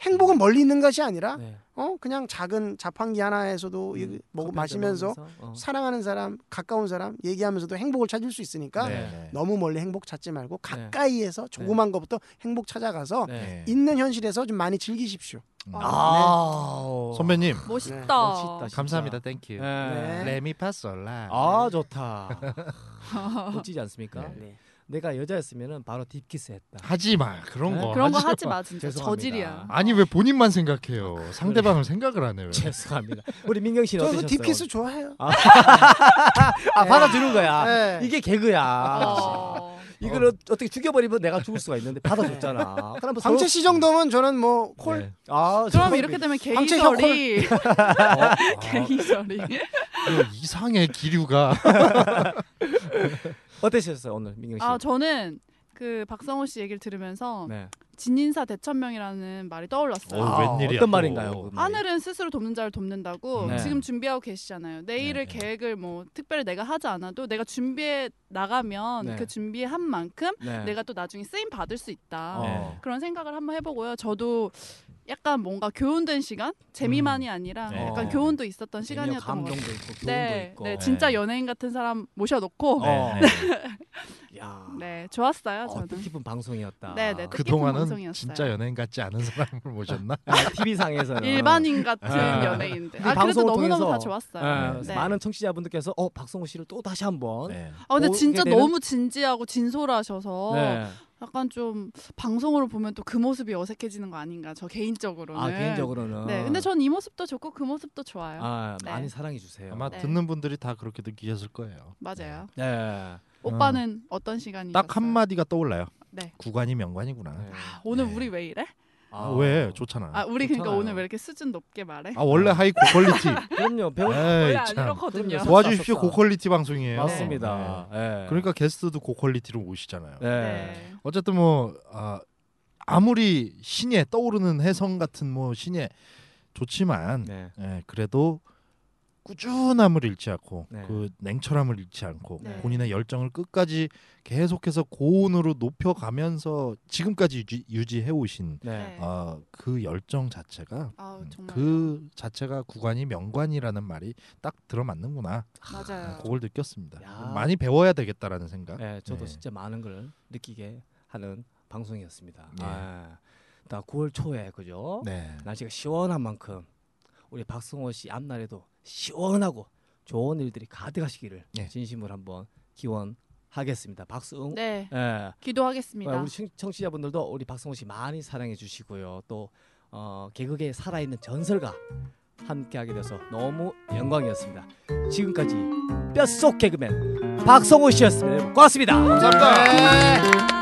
S5: 행복은 멀리 있는 것이 아니라
S3: 네. 음,
S5: 어 그냥 작은 자판기 하나에서도 이거 먹
S3: 커피
S5: 마시면서
S3: 한잔 먹으면서, 어.
S5: 사랑하는 사람, 가까운 사람 얘기하면서도 행복을 찾을 수 있으니까
S3: 네.
S5: 너무 멀리 행복 찾지 말고 가까이에서 조그만 것부터 행복 찾아가서
S3: 네.
S6: 네.
S5: 있는 현실에서 좀 많이 즐기십시오.
S6: 음.
S4: 아,
S3: 아
S6: 선배님
S4: 멋있다.
S5: 네,
S3: 멋있다, 진짜.
S6: 감사합니다. 땡큐.
S5: 네.
S6: 레미파솔라.
S3: 아 좋다. 멋지지 않습니까?
S6: 네.
S3: 내가 여자였으면은 바로 딥키스
S5: 아,
S3: 했다.
S6: 하지 마. 그런
S3: 네,
S6: 거.
S4: 그런 거
S6: 하지
S4: 하지
S6: 마.
S4: 마 진짜
S3: 죄송합니다.
S4: 저질이야.
S6: 아니 왜 본인만 생각해요? 상대방을 생각을 안 해요.
S3: 죄송합니다. 우리 민경 씨는
S5: 저도
S3: 어떠셨어요?
S5: 딥키스 좋아해요.
S3: 아, 아 받아주는 거야.
S5: 네.
S3: 이게 개그야.
S4: 어.
S3: 이거를 어떻게 죽여버리면 내가 죽을 수가 있는데 받아줬잖아. 그럼 뭐
S5: 광채
S3: 서로-
S5: 씨 정도면 저는 뭐 콜.
S6: 네.
S3: 아
S4: 그럼
S3: 저거-
S4: 이렇게 되면
S5: 광채 혀
S4: 게이절이 게이절이
S6: 그 이상해 기류가.
S3: 어떠셨어요 오늘 민경 씨?
S4: 아 저는 그 박성호 씨 얘기를 들으면서
S3: 네.
S4: 진인사 대천명이라는 말이 떠올랐어요.
S6: 어, 웬일이야,
S3: 아, 어떤
S6: 또.
S3: 말인가요? 그
S5: 아, 네.
S3: 말이?
S4: 하늘은 스스로 돕는 자를 돕는다고
S3: 네.
S4: 지금 준비하고 계시잖아요. 내일을
S6: 네, 네.
S4: 계획을 뭐 특별히 내가 하지 않아도 내가 준비해 나가면
S3: 네.
S4: 그 준비에 한 만큼
S3: 네.
S4: 내가 또 나중에 쓰임 받을 수 있다.
S3: 어.
S4: 그런 생각을 한번 해보고요. 저도 약간 뭔가 교훈된 시간 재미만이 아니라
S6: 네.
S4: 약간
S3: 어.
S4: 교훈도 있었던
S3: 시간이
S4: 시간이었던 것
S3: 감정도
S4: 같아요.
S3: 있고 교훈도
S4: 네,
S3: 있고.
S4: 네, 진짜
S6: 네.
S4: 연예인 같은 사람 모셔놓고
S3: 어.
S6: 네, 네.
S3: 야.
S4: 네 좋았어요
S3: 어,
S4: 저는.
S3: 뜻깊은 방송이었다.
S4: 네, 네,
S6: 그
S4: 뜻깊은
S6: 동안은
S4: 방송이었어요.
S6: 진짜 연예인 같지 않은 사람을 모셨나?
S3: 그 TV 상에서는
S4: 일반인 같은
S3: 아.
S4: 연예인인데.
S3: 근데
S4: 아 그래도
S3: 방송을
S4: 너무너무
S3: 통해서-
S4: 다 좋았어요.
S3: 예,
S6: 네.
S3: 많은 청취자분들께서 어 박성호 씨를 또 다시 한번
S6: 네.
S4: 아 근데
S3: 보게
S4: 진짜
S3: 되는-
S4: 너무 진지하고 진솔하셔서
S3: 네.
S4: 약간 좀 방송으로 보면 또 그 모습이 어색해지는 거 아닌가 저 개인적으로는.
S3: 아 개인적으로는
S4: 네, 근데 전 이 모습도 좋고 그 모습도 좋아요.
S3: 아,
S4: 네.
S3: 많이 사랑해 주세요.
S6: 아마
S4: 네.
S6: 듣는 분들이 다 그렇게 느끼셨을 거예요.
S4: 맞아요.
S3: 네.
S4: 오빠는 어떤 시간이?
S6: 딱 한 마디가 떠올라요.
S4: 네.
S6: 구간이 명관이구나.
S3: 네.
S4: 아, 오늘
S6: 네.
S4: 우리 왜 이래?
S6: 아, 왜 좋잖아.
S4: 아 우리 그러니까
S3: 좋잖아요.
S4: 오늘 왜 이렇게 수준 높게 말해?
S6: 아 원래 하이 고퀄리티.
S3: 그럼요. 배우
S4: 원래
S6: 에이
S4: 안
S6: 참.
S4: 이렇거든요.
S3: 그럼요.
S6: 도와주십시오
S3: 썼었다.
S6: 고퀄리티 방송이에요.
S3: 아, 맞습니다. 예.
S6: 네. 그러니까 게스트도 고퀄리티로 오시잖아요.
S3: 네.
S4: 네.
S6: 어쨌든 뭐 아, 아무리 신예 떠오르는 해성 같은 뭐 신예 좋지만
S3: 네.
S6: 예, 그래도 꾸준함을 잃지 않고
S3: 네.
S6: 그 냉철함을 잃지 않고
S4: 네.
S6: 본인의 열정을 끝까지 계속해서 고온으로 높여가면서 지금까지 유지, 해 오신
S3: 네.
S6: 아,
S3: 어,
S6: 그 열정 자체가
S4: 아 정말
S6: 그 자체가 구관이 명관이라는 말이 딱 들어맞는구나
S4: 맞아요.
S6: 그걸 느꼈습니다.
S3: 야.
S6: 많이 배워야 되겠다라는 생각.
S3: 네, 저도
S6: 네.
S3: 진짜 많은 걸 느끼게 하는 방송이었습니다.
S6: 예.
S3: 아, 나 9월 초에 그죠?
S6: 네.
S3: 날씨가 시원한 만큼 우리 박성호 씨 앞날에도 시원하고 좋은 일들이 가득하시기를
S6: 예.
S3: 진심으로 한번 기원하겠습니다. 박수응.
S4: 네
S3: 예.
S4: 기도하겠습니다.
S3: 아, 우리 청- 청취자분들도 우리 박성호 씨 많이 사랑해 주시고요. 또 어, 개그계에 살아있는 전설과 함께하게 돼서 너무 영광이었습니다. 지금까지 뼛속 개그맨 박성호 씨였습니다. 여러분, 고맙습니다.
S6: 감사합니다.
S5: 네.